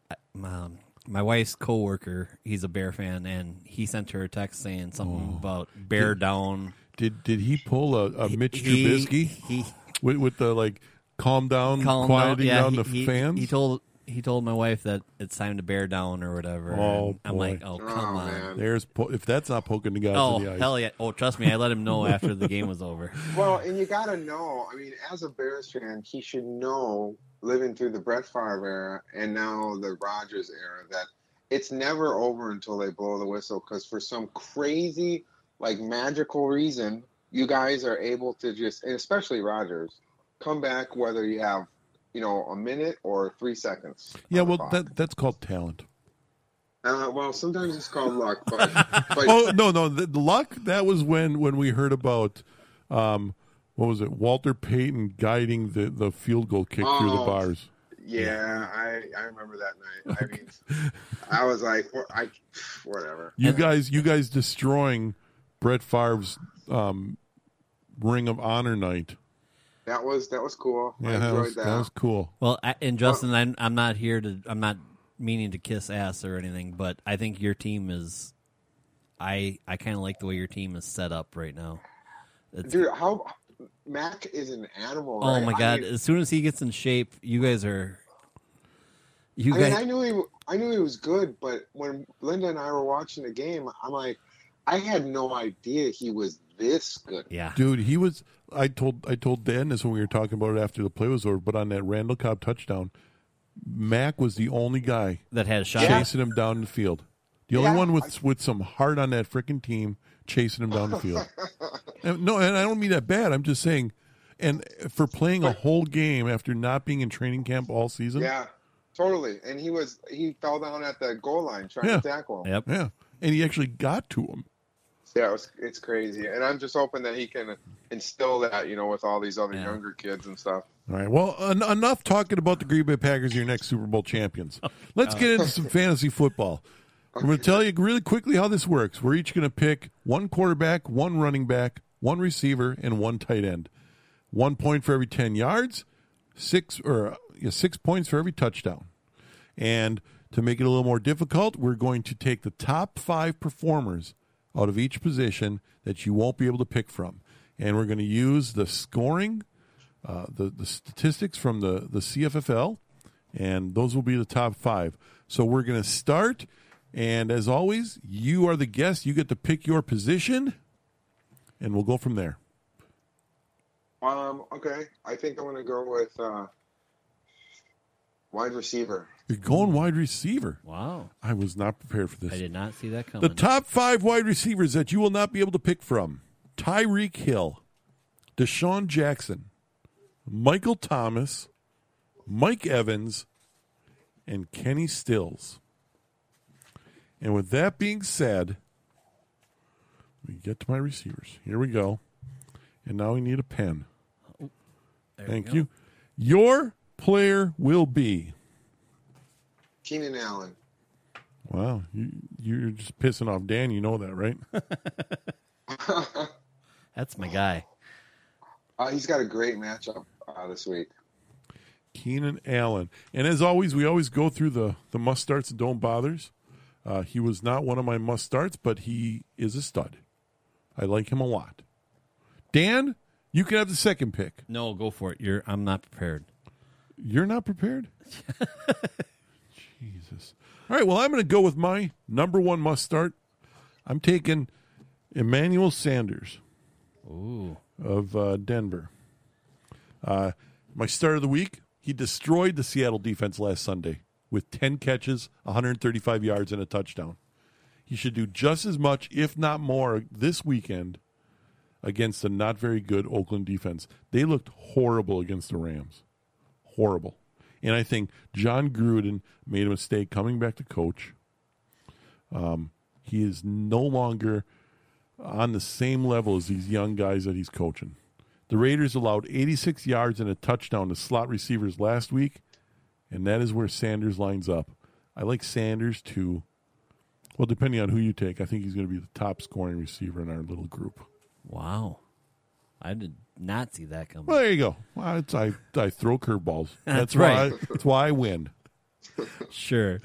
[SPEAKER 3] um, my wife's coworker, he's a bear fan, and he sent her a text saying
[SPEAKER 2] Oh.
[SPEAKER 3] something about bear down.
[SPEAKER 2] Did did he pull a, a Mitch
[SPEAKER 3] He-
[SPEAKER 2] Trubisky
[SPEAKER 3] He,
[SPEAKER 2] with, with the like calm down,
[SPEAKER 3] calmed
[SPEAKER 2] quieting
[SPEAKER 3] yeah,
[SPEAKER 2] down
[SPEAKER 3] he-
[SPEAKER 2] the
[SPEAKER 3] he-
[SPEAKER 2] fans?
[SPEAKER 3] He told he told my wife that it's time to bear down or whatever.
[SPEAKER 2] Oh,
[SPEAKER 3] and I'm
[SPEAKER 2] boy.
[SPEAKER 3] like, oh come
[SPEAKER 10] Oh,
[SPEAKER 3] on.
[SPEAKER 10] man.
[SPEAKER 2] There's po- if that's not poking the guys
[SPEAKER 3] Oh
[SPEAKER 2] in the eyes.
[SPEAKER 3] hell yeah! Oh trust me, I let him know after the game was over.
[SPEAKER 10] well, and you got to know, I mean, as a Bears fan, he should know living through the Brett Favre era and now the Rogers era that it's never over until they blow the whistle because for some crazy, like magical reason, you guys are able to just, and especially Rogers, come back whether you have, you know, a minute or three seconds. on
[SPEAKER 2] Yeah,
[SPEAKER 10] the
[SPEAKER 2] well
[SPEAKER 10] clock.
[SPEAKER 2] that that's called talent.
[SPEAKER 10] Uh, well, sometimes it's called luck, but, but
[SPEAKER 2] Oh no no the, the luck that was when when we heard about um what was it Walter Payton guiding the the field goal kick through the
[SPEAKER 10] Oh.
[SPEAKER 2] bars.
[SPEAKER 10] yeah, I, I remember that night. I mean, I was like, wha- I, whatever.
[SPEAKER 2] You guys you guys destroying Brett Favre's um, Ring of Honor night.
[SPEAKER 10] That was that was cool. I
[SPEAKER 2] Yeah, that
[SPEAKER 10] enjoyed
[SPEAKER 2] was,
[SPEAKER 10] that.
[SPEAKER 2] that was cool.
[SPEAKER 3] Well, I, and Justin, I'm, I'm not here to. I'm not meaning to kiss ass or anything, but I think your team is. I I kind of like the way your team is set up right now. It's,
[SPEAKER 10] Dude, how Mac is an animal.
[SPEAKER 3] oh
[SPEAKER 10] right?
[SPEAKER 3] my
[SPEAKER 10] I
[SPEAKER 3] god!
[SPEAKER 10] mean-
[SPEAKER 3] as soon as he gets in shape, you guys are. You
[SPEAKER 10] I
[SPEAKER 3] guys,
[SPEAKER 10] mean, I knew he, I knew he was good, but when Linda and I were watching the game, I'm like, I had no idea he was this good.
[SPEAKER 3] yeah,
[SPEAKER 2] Dude, he was. I told I told Dan this when we were talking about it after the play was over. But on that Randall Cobb touchdown, Mac was the only guy
[SPEAKER 3] that has shot.
[SPEAKER 2] chasing him down the field. The only
[SPEAKER 10] Yeah.
[SPEAKER 2] one with with some heart on that freaking team chasing him down the field. And- no, and I don't mean that bad. I'm just saying, and for playing a whole game after not being in training camp all season,
[SPEAKER 10] Yeah, totally. And he was he fell down at the goal line trying
[SPEAKER 2] Yeah.
[SPEAKER 10] to tackle. him.
[SPEAKER 3] Yep.
[SPEAKER 2] yeah, and he actually got to him.
[SPEAKER 10] Yeah, it was, it's crazy. And I'm just hoping that he can instill that, you know, with all these other
[SPEAKER 3] Yeah.
[SPEAKER 10] younger kids and stuff.
[SPEAKER 2] All right. Well, en- enough talking about the Green Bay Packers, your next Super Bowl champions. Let's get into some fantasy football. I'm going to tell you really quickly how this works. We're each going to pick one quarterback, one running back, one receiver, and one tight end. One point for every ten yards, six or uh, yeah, six points for every touchdown. And to make it a little more difficult, we're going to take the top five performers out of each position that you won't be able to pick from, and we're going to use the scoring uh, the, the statistics from the, the CFFL, and those will be the top five. So we're going to start. And as always, you are the guest. You get to pick your position, and we'll go from there.
[SPEAKER 10] Um, okay, I think I'm going to go with uh, wide receiver.
[SPEAKER 2] You're going wide receiver.
[SPEAKER 3] Wow,
[SPEAKER 2] I was not prepared for
[SPEAKER 3] I
[SPEAKER 2] this.
[SPEAKER 3] did not see that coming.
[SPEAKER 2] The top five wide receivers that you will not be able to pick from Tyreek Hill, Deshaun Jackson, Michael Thomas, Mike Evans, and Kenny Stills. And with that being said, we get to my receivers. Here we go. And now we need a pen.
[SPEAKER 3] There
[SPEAKER 2] Thank
[SPEAKER 3] go.
[SPEAKER 2] you. Your player will be.
[SPEAKER 10] Keenan Allen.
[SPEAKER 2] Wow, you, you're just pissing off Dan. You know that, right?
[SPEAKER 3] That's my guy.
[SPEAKER 10] Uh, he's got a great matchup uh, this week.
[SPEAKER 2] Keenan Allen. And as always, we always go through the, the must starts and don't bothers. Uh, he was not one of my must starts, but he is a stud. I like him a lot. Dan, you can have the second pick.
[SPEAKER 3] No, go for it. You're. I'm not prepared.
[SPEAKER 2] You're not prepared? Jesus. All right, well, I'm going to go with my number one must start. I'm taking Emmanuel Sanders.
[SPEAKER 3] Ooh,
[SPEAKER 2] of uh, Denver. Uh, my start of the week, he destroyed the Seattle defense last Sunday with 10 catches, 135 yards, and a touchdown. He should do just as much, if not more, this weekend against the not very good Oakland defense. They looked horrible against the Rams. Horrible. And I think John Gruden made a mistake coming back to coach. Um, he is no longer on the same level as these young guys that he's coaching. The Raiders allowed 86 yards and a touchdown to slot receivers last week, and that is where Sanders lines up. I like Sanders to, well, depending on who you take, I think he's going to be the top scoring receiver in our little group.
[SPEAKER 3] wow. I did not see that coming.
[SPEAKER 2] Well, there you go. Well, it's, I, I throw curveballs.
[SPEAKER 3] That's
[SPEAKER 2] Why,
[SPEAKER 3] right.
[SPEAKER 2] that's why I win.
[SPEAKER 3] Sure.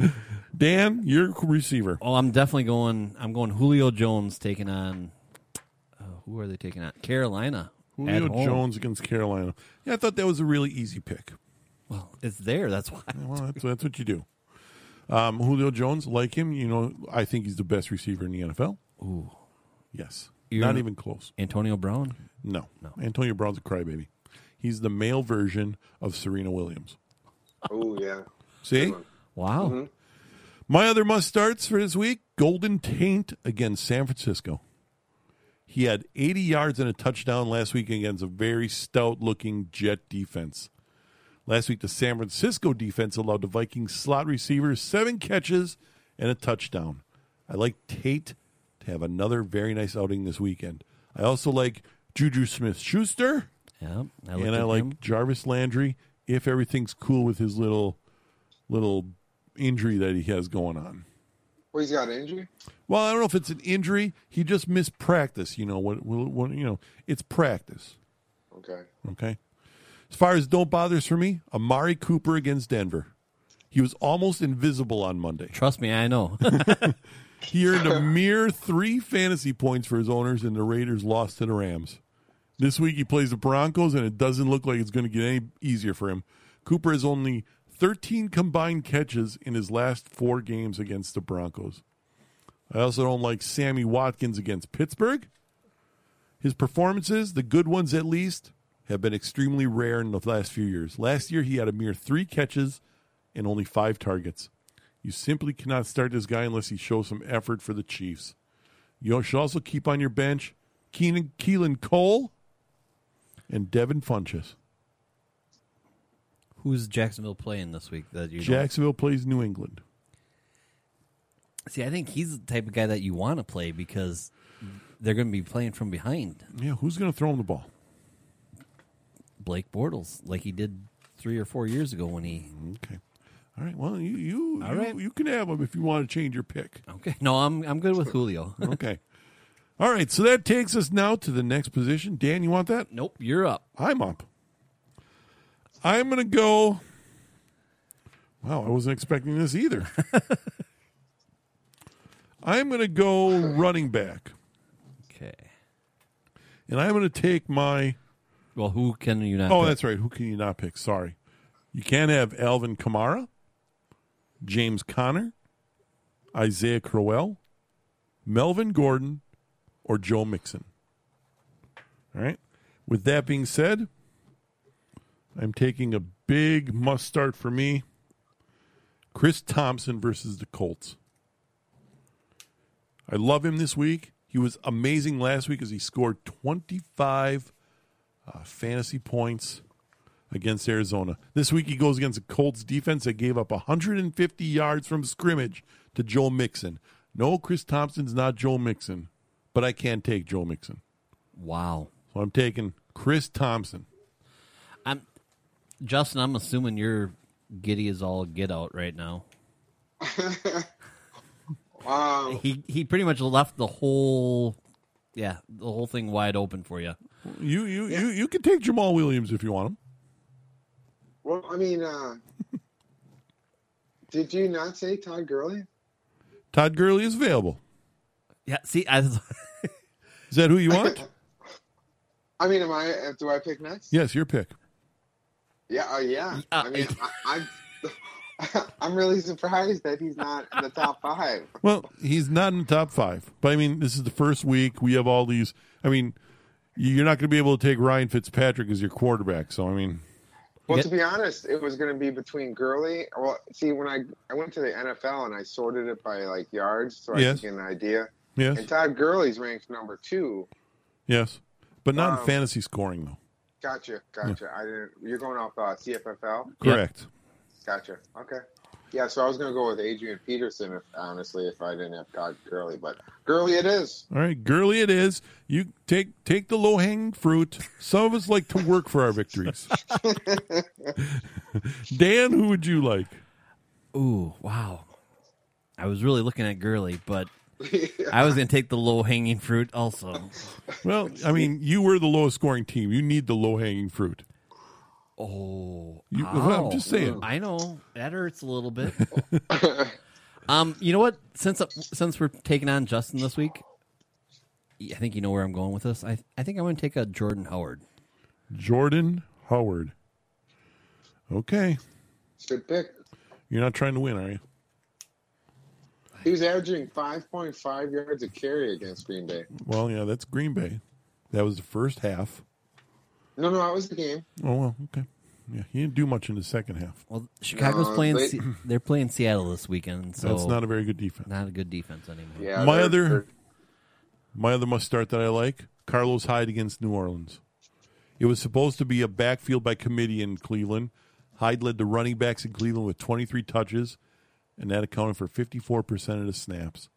[SPEAKER 2] Dan, you're receiver.
[SPEAKER 3] Oh, I'm definitely going. I'm going Julio Jones taking on. Oh, who are they taking on? Carolina. at
[SPEAKER 2] Julio
[SPEAKER 3] home.
[SPEAKER 2] Jones against Carolina. Yeah, I thought that was a really easy pick.
[SPEAKER 3] Well, it's there. That's why.
[SPEAKER 2] Well, that's, that's what you do. Um, Julio Jones, like him, you know, I think he's the best receiver in the NFL. Ooh, yes,
[SPEAKER 3] You're-
[SPEAKER 2] not even close.
[SPEAKER 3] Antonio Brown.
[SPEAKER 2] No. Antonio Brown's a crybaby. He's the male version of Serena Williams.
[SPEAKER 10] Oh yeah,
[SPEAKER 2] See,
[SPEAKER 3] Wow.
[SPEAKER 2] Mm-hmm. my other must starts for this week: Golden Taint against San Francisco. He had 80 yards and a touchdown last week against a very stout-looking Jet defense. Last week, the San Francisco defense allowed the Vikings slot receivers seven catches and a touchdown. I like Tate to have another very nice outing this weekend. I also like Juju Smith Schuster,
[SPEAKER 3] Yeah. I looked
[SPEAKER 2] and I
[SPEAKER 3] at
[SPEAKER 2] like
[SPEAKER 3] him.
[SPEAKER 2] Jarvis Landry if everything's cool with his little little injury that he has going on.
[SPEAKER 10] well, he's got an injury.
[SPEAKER 2] Well, I don't know if it's an injury. He just missed practice. You know, when, when, when you know, it's practice.
[SPEAKER 10] Okay.
[SPEAKER 2] Okay. As far as don't bothers for me, Amari Cooper against Denver. He was almost invisible on Monday.
[SPEAKER 3] Trust me, I know.
[SPEAKER 2] He earned a mere three fantasy points for his owners, and the Raiders lost to the Rams. This week he plays the Broncos, and it doesn't look like it's going to get any easier for him. Cooper has only 13 combined catches in his last four games against the Broncos. I also don't like Sammy Watkins against Pittsburgh. His performances, the good ones at least, have been extremely rare in the last few years. Last year, he had a mere three catches and only five targets. You simply cannot start this guy unless he shows some effort for the Chiefs. You should also keep on your bench Keenan Keelan Cole and Devin Funches.
[SPEAKER 3] Who's Jacksonville playing this week? That you don't-
[SPEAKER 2] Jacksonville plays New England.
[SPEAKER 3] see, I think he's the type of guy that you want to play because they're going to be playing from behind
[SPEAKER 2] Yeah, who's going to throw him the ball?
[SPEAKER 3] Blake Bortles, like he did three or four years ago when he.
[SPEAKER 2] Okay. All right. Well, you you
[SPEAKER 3] All
[SPEAKER 2] you,
[SPEAKER 3] right.
[SPEAKER 2] you can have him if you want to change your pick.
[SPEAKER 3] Okay, no, I'm I'm good with Julio.
[SPEAKER 2] Okay. All right. So that takes us now to the next position. Dan, you want that?
[SPEAKER 3] nope, you're up.
[SPEAKER 2] I'm up. I'm going to go. Wow, I wasn't expecting this either. I'm going to go running back,
[SPEAKER 3] Okay.
[SPEAKER 2] and I'm going to take my.
[SPEAKER 3] Well, who can you not?
[SPEAKER 2] Oh,
[SPEAKER 3] pick?
[SPEAKER 2] that's right. Who can you not pick? Sorry. You can have Alvin Kamara, James Connor, Isaiah Crowell, Melvin Gordon, or Joe Mixon. All right. With that being said, I'm taking a big must start for me Chris Thompson versus the Colts. I love him this week. He was amazing last week as he scored 25 uh, fantasy points against Arizona. This week he goes against the Colts defense that gave up 150 yards from scrimmage to Joe Mixon. No, Chris Thompson's not Joe Mixon, but I can take Joe Mixon.
[SPEAKER 3] wow.
[SPEAKER 2] So I'm taking Chris Thompson.
[SPEAKER 3] I'm Justin. I'm assuming you're giddy as all get out right now.
[SPEAKER 10] Um,
[SPEAKER 3] He he pretty much left the whole, yeah, the whole thing wide open for you.
[SPEAKER 2] You you you you can take Jamal Williams if you want him.
[SPEAKER 10] well, I mean, uh, did you not say Todd Gurley?
[SPEAKER 2] Todd Gurley is available.
[SPEAKER 3] Yeah. See, I
[SPEAKER 2] Is that who you want?
[SPEAKER 10] I mean, am I? uh, Do I pick next?
[SPEAKER 2] yes, your pick.
[SPEAKER 10] Yeah, oh yeah.
[SPEAKER 3] Uh,
[SPEAKER 10] I mean, I, I'm I'm really surprised that he's not in the top five.
[SPEAKER 2] Well, he's not in the top five, but I mean, this is the first week we have all these. I mean, you're not going to be able to take Ryan Fitzpatrick as your quarterback. So I mean,
[SPEAKER 10] Well,
[SPEAKER 3] Yeah.
[SPEAKER 10] to be honest, it was going to be between Gurley. Well, see, when I I went to the NFL and I sorted it by like yards, so I
[SPEAKER 2] Yes.
[SPEAKER 10] could get an idea.
[SPEAKER 2] yes,
[SPEAKER 10] And Todd Gurley's ranked number two.
[SPEAKER 2] yes, but not in
[SPEAKER 10] Um,
[SPEAKER 2] fantasy scoring though.
[SPEAKER 10] Gotcha, gotcha. I didn't. You're going off uh, CFFL.
[SPEAKER 3] Yeah.
[SPEAKER 2] Correct.
[SPEAKER 10] Gotcha. Okay. Yeah, so I was going to go with Adrian Peterson, if, honestly, if I didn't have Todd Gurley, but Gurley it is.
[SPEAKER 2] All right, Gurley, it is. You take take the low hanging fruit. Some of us like to work for our victories. Dan, who would you like?
[SPEAKER 3] ooh wow. I was really looking at Gurley, but I was gonna take the low hanging fruit also.
[SPEAKER 2] Well, I mean, you were the lowest scoring team. You need the low hanging fruit.
[SPEAKER 3] Oh,
[SPEAKER 2] You- well, I'm just
[SPEAKER 3] ow.
[SPEAKER 2] saying.
[SPEAKER 3] I know that hurts a little bit. um, you know what? Since since we're taking on Justin this week, I think you know where I'm going with this. I I think I'm going to take a Jordan Howard.
[SPEAKER 2] Jordan Howard. Okay,
[SPEAKER 10] Good pick.
[SPEAKER 2] you're not trying to win, are you?
[SPEAKER 10] He was averaging 5.5 yards a carry against Green Bay.
[SPEAKER 2] Well, yeah, that's Green Bay. That was the first half.
[SPEAKER 10] No, no, that was the game.
[SPEAKER 2] Oh well, okay. Yeah, he didn't do much in the second half.
[SPEAKER 3] Well, Chicago's
[SPEAKER 10] No,
[SPEAKER 3] playing.
[SPEAKER 10] they-
[SPEAKER 3] Se- they're playing Seattle this weekend, so
[SPEAKER 2] That's not a very good defense.
[SPEAKER 3] not a good defense anymore.
[SPEAKER 10] Yeah.
[SPEAKER 2] My
[SPEAKER 10] they're-
[SPEAKER 2] other-
[SPEAKER 10] they're-
[SPEAKER 2] My other must start that I like Carlos Hyde against New Orleans. It was supposed to be a backfield by committee in Cleveland. Hyde led the running backs in Cleveland with 23 touches, and that accounted for 54% of the snaps.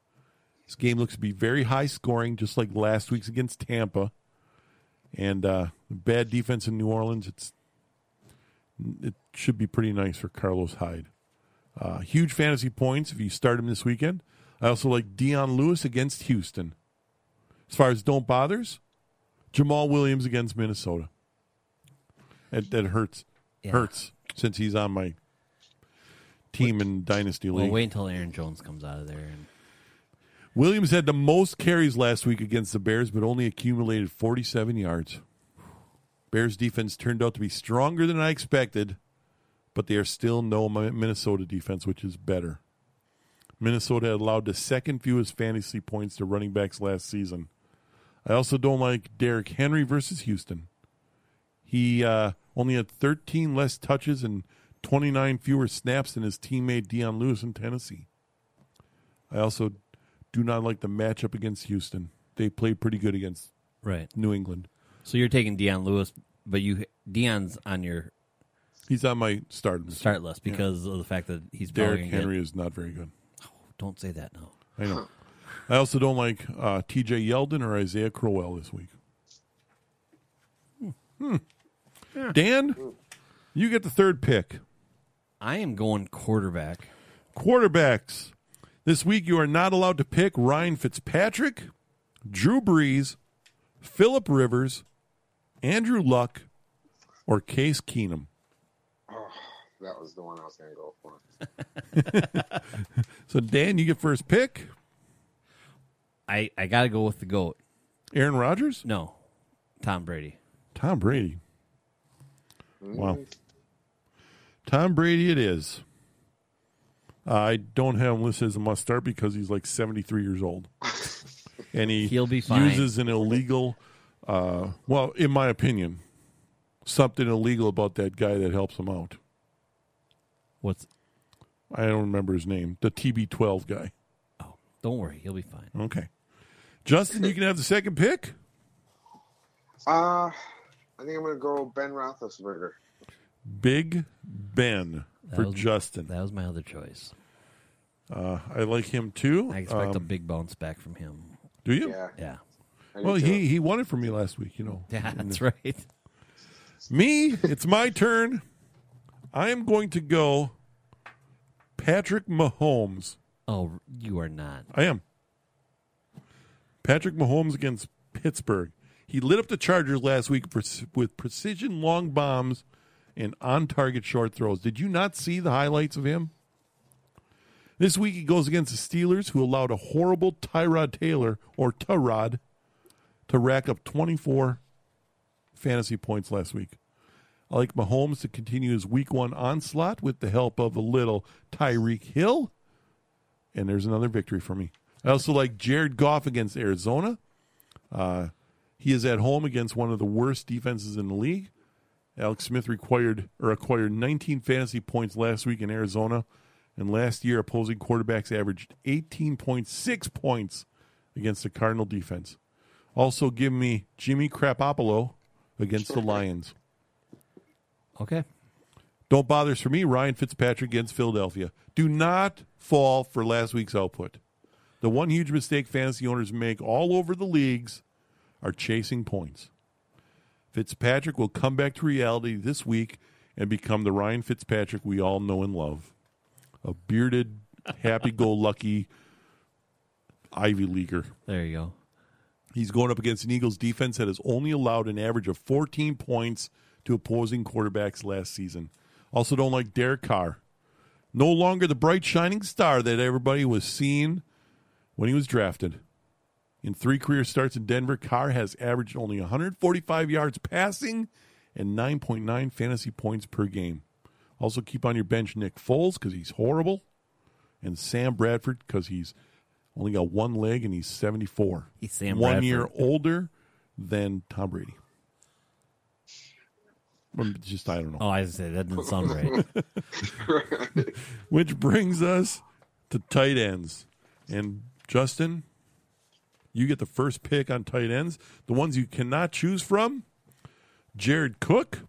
[SPEAKER 2] This game looks to be very high scoring, just like last week's against Tampa. And uh, bad defense in New Orleans. It's it should be pretty nice for Carlos Hyde. Uh, huge fantasy points if you start him this weekend. I also like Dion Lewis against Houston. As far as don't bothers, Jamal Williams against Minnesota. It, it hurts.
[SPEAKER 3] Yeah.
[SPEAKER 2] Hurts since he's on my team in Dynasty
[SPEAKER 3] Well,
[SPEAKER 2] League.
[SPEAKER 3] wait until Aaron Jones comes out of there. And
[SPEAKER 2] Williams had the most carries last week against the Bears, but only accumulated 47 yards. Bears defense turned out to be stronger than I expected, but they are still no Mi- Minnesota defense, which is better. Minnesota had allowed the second fewest fantasy points to running backs last season. I also don't like Derrick Henry versus Houston. He uh, only had 13 less touches and 29 fewer snaps than his teammate Deion Lewis in Tennessee. I also do not like the matchup against Houston. They played pretty good against
[SPEAKER 3] right.
[SPEAKER 2] New England.
[SPEAKER 3] So you're taking Deion Lewis, but you Deion's on your
[SPEAKER 2] He's on my starting list.
[SPEAKER 3] start list because of the fact that he's probably
[SPEAKER 2] Derrick
[SPEAKER 3] gonna get-
[SPEAKER 2] Henry is not very good.
[SPEAKER 3] Don't say that now.
[SPEAKER 2] I know. I also don't like uh, T.J. Yeldon or Isaiah Crowell this week. Hmm. Dan, you get the third pick.
[SPEAKER 3] I am going quarterback.
[SPEAKER 2] Quarterbacks. This week you are not allowed to pick Ryan Fitzpatrick, Drew Brees, Philip Rivers, Andrew Luck, or Case Keenum.
[SPEAKER 10] That was the one I was going to go for.
[SPEAKER 2] So Dan, you get first pick.
[SPEAKER 3] I I got to go with the goat.
[SPEAKER 2] Aaron Rodgers,
[SPEAKER 3] No, Tom Brady.
[SPEAKER 2] Tom Brady. Wow. Tom Brady, it is. I don't have him listed as a must start because he's like 73 years old. And he
[SPEAKER 3] He'll be fine.
[SPEAKER 2] uses an illegal, uh, well, in my opinion, something illegal about that guy that helps him out.
[SPEAKER 3] What's?
[SPEAKER 2] I don't remember his name. The TB12 guy.
[SPEAKER 3] Oh, don't worry, he'll be fine.
[SPEAKER 2] Okay. Justin, you can have the second pick.
[SPEAKER 10] Uh, I think I'm going to go Ben Roethlisberger.
[SPEAKER 2] Big Ben
[SPEAKER 3] That
[SPEAKER 2] for
[SPEAKER 3] was-
[SPEAKER 2] Justin.
[SPEAKER 3] That was my other choice.
[SPEAKER 2] Uh, I like him too.
[SPEAKER 3] I expect a
[SPEAKER 2] Um,
[SPEAKER 3] big bounce back from him.
[SPEAKER 2] do you?
[SPEAKER 10] Yeah.
[SPEAKER 3] Yeah,
[SPEAKER 10] I do
[SPEAKER 2] Well,
[SPEAKER 10] too.
[SPEAKER 2] he he won it for me last week. You know,
[SPEAKER 3] yeah, that's right.
[SPEAKER 2] me. It's my turn. I am going to go. Patrick Mahomes.
[SPEAKER 3] Oh, you are not.
[SPEAKER 2] I am. Patrick Mahomes against Pittsburgh. He lit up the Chargers last week pre- with precision long bombs and on target short throws. Did you not see the highlights of him? This week he goes against the Steelers, who allowed a horrible Tyrod Taylor or Tyrod to rack up 24 fantasy points last week. I like Mahomes to continue his week one onslaught with the help of a little Tyreek Hill and there's another victory for me. I also like Jared Goff against Arizona. Uh, he is at home against one of the worst defenses in the league. Alex Smith required or acquired 19 fantasy points last week in Arizona, and last year opposing quarterbacks averaged 18.6 points against the Cardinal defense. Also, give me Jimmy Crapopolo against the Lions.
[SPEAKER 3] Okay.
[SPEAKER 2] Don't bothers for me. Ryan Fitzpatrick against Philadelphia. Do not fall for last week's output. The one huge mistake fantasy owners make all over the leagues are chasing points. Fitzpatrick will come back to reality this week and become the Ryan Fitzpatrick we all know and love. A bearded, happy go lucky Ivy Leaguer.
[SPEAKER 3] There you go.
[SPEAKER 2] He's going up against an Eagles defense that has only allowed an average of 14 points to opposing quarterbacks last season. Also, don't like Derek Carr. No longer the bright, shining star that everybody was seeing when he was drafted. In three career starts in Denver, Carr has averaged only 145 yards passing and 9.9 fantasy points per game. Also, keep on your bench Nick Foles because he's horrible, and Sam Bradford because he's only got one leg and he's 74.
[SPEAKER 3] He's Sam
[SPEAKER 2] One
[SPEAKER 3] Bradford.
[SPEAKER 2] year older than Tom Brady. Um, Just, I don't know.
[SPEAKER 3] Oh, I was gonna say that didn't sound right.
[SPEAKER 2] Which brings us to tight ends. And Justin, you get the first pick on tight ends. The ones you cannot choose from Jared Cook,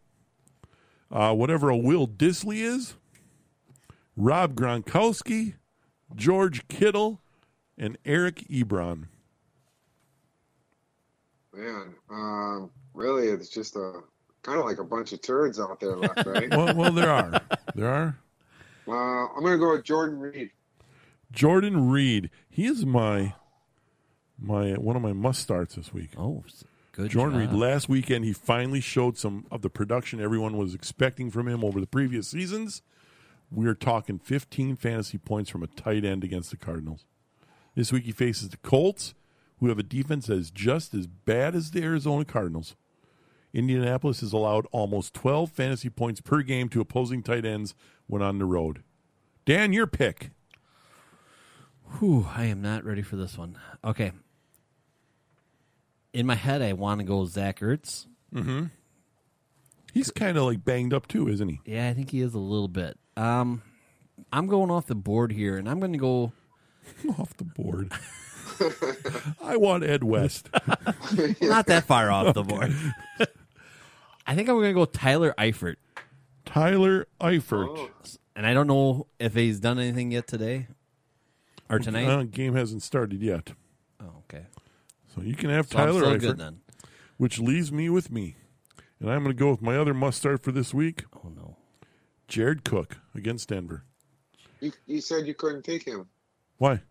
[SPEAKER 2] uh, whatever a Will Disley is, Rob Gronkowski, George Kittle, and Eric Ebron.
[SPEAKER 10] Man, um, really, it's just a kind of like a bunch of turds out there left, right?
[SPEAKER 2] Well, well there are. There are.
[SPEAKER 10] well, Uh, I'm going to go with Jordan Reed.
[SPEAKER 2] Jordan Reed. He is my my one of my must starts this week.
[SPEAKER 3] oh, s- Good
[SPEAKER 2] Jordan
[SPEAKER 3] job.
[SPEAKER 2] Reed last weekend he finally showed some of the production everyone was expecting from him over the previous seasons. We're talking 15 fantasy points from a tight end against the Cardinals. This week he faces the Colts, who have a defense that is just as bad as the Arizona Cardinals. Indianapolis has allowed almost 12 fantasy points per game to opposing tight ends when on the road. Dan, your pick.
[SPEAKER 3] Whew, I am not ready for this one. Okay. In my head, I want to go Zach Ertz.
[SPEAKER 2] He's kind of like banged up too, isn't he?
[SPEAKER 3] Yeah, I think he is a little bit. Um, I'm going off the board here, and I'm going to go.
[SPEAKER 2] Off the board. I want Ed West.
[SPEAKER 3] Not that far off the board. I think I'm going to go Tyler Eifert,
[SPEAKER 2] Tyler Eifert.
[SPEAKER 3] and I don't know if he's done anything yet today or tonight.
[SPEAKER 2] Uh, game hasn't started yet.
[SPEAKER 3] oh, okay.
[SPEAKER 2] So you can have
[SPEAKER 3] So I'm
[SPEAKER 2] Tyler
[SPEAKER 3] still
[SPEAKER 2] Eifert,
[SPEAKER 3] good then.
[SPEAKER 2] which leaves me with me. And I'm going to go with my other must start for this week
[SPEAKER 3] Oh no.
[SPEAKER 2] Jared Cook against Denver.
[SPEAKER 10] You, you said you couldn't take him.
[SPEAKER 2] Why?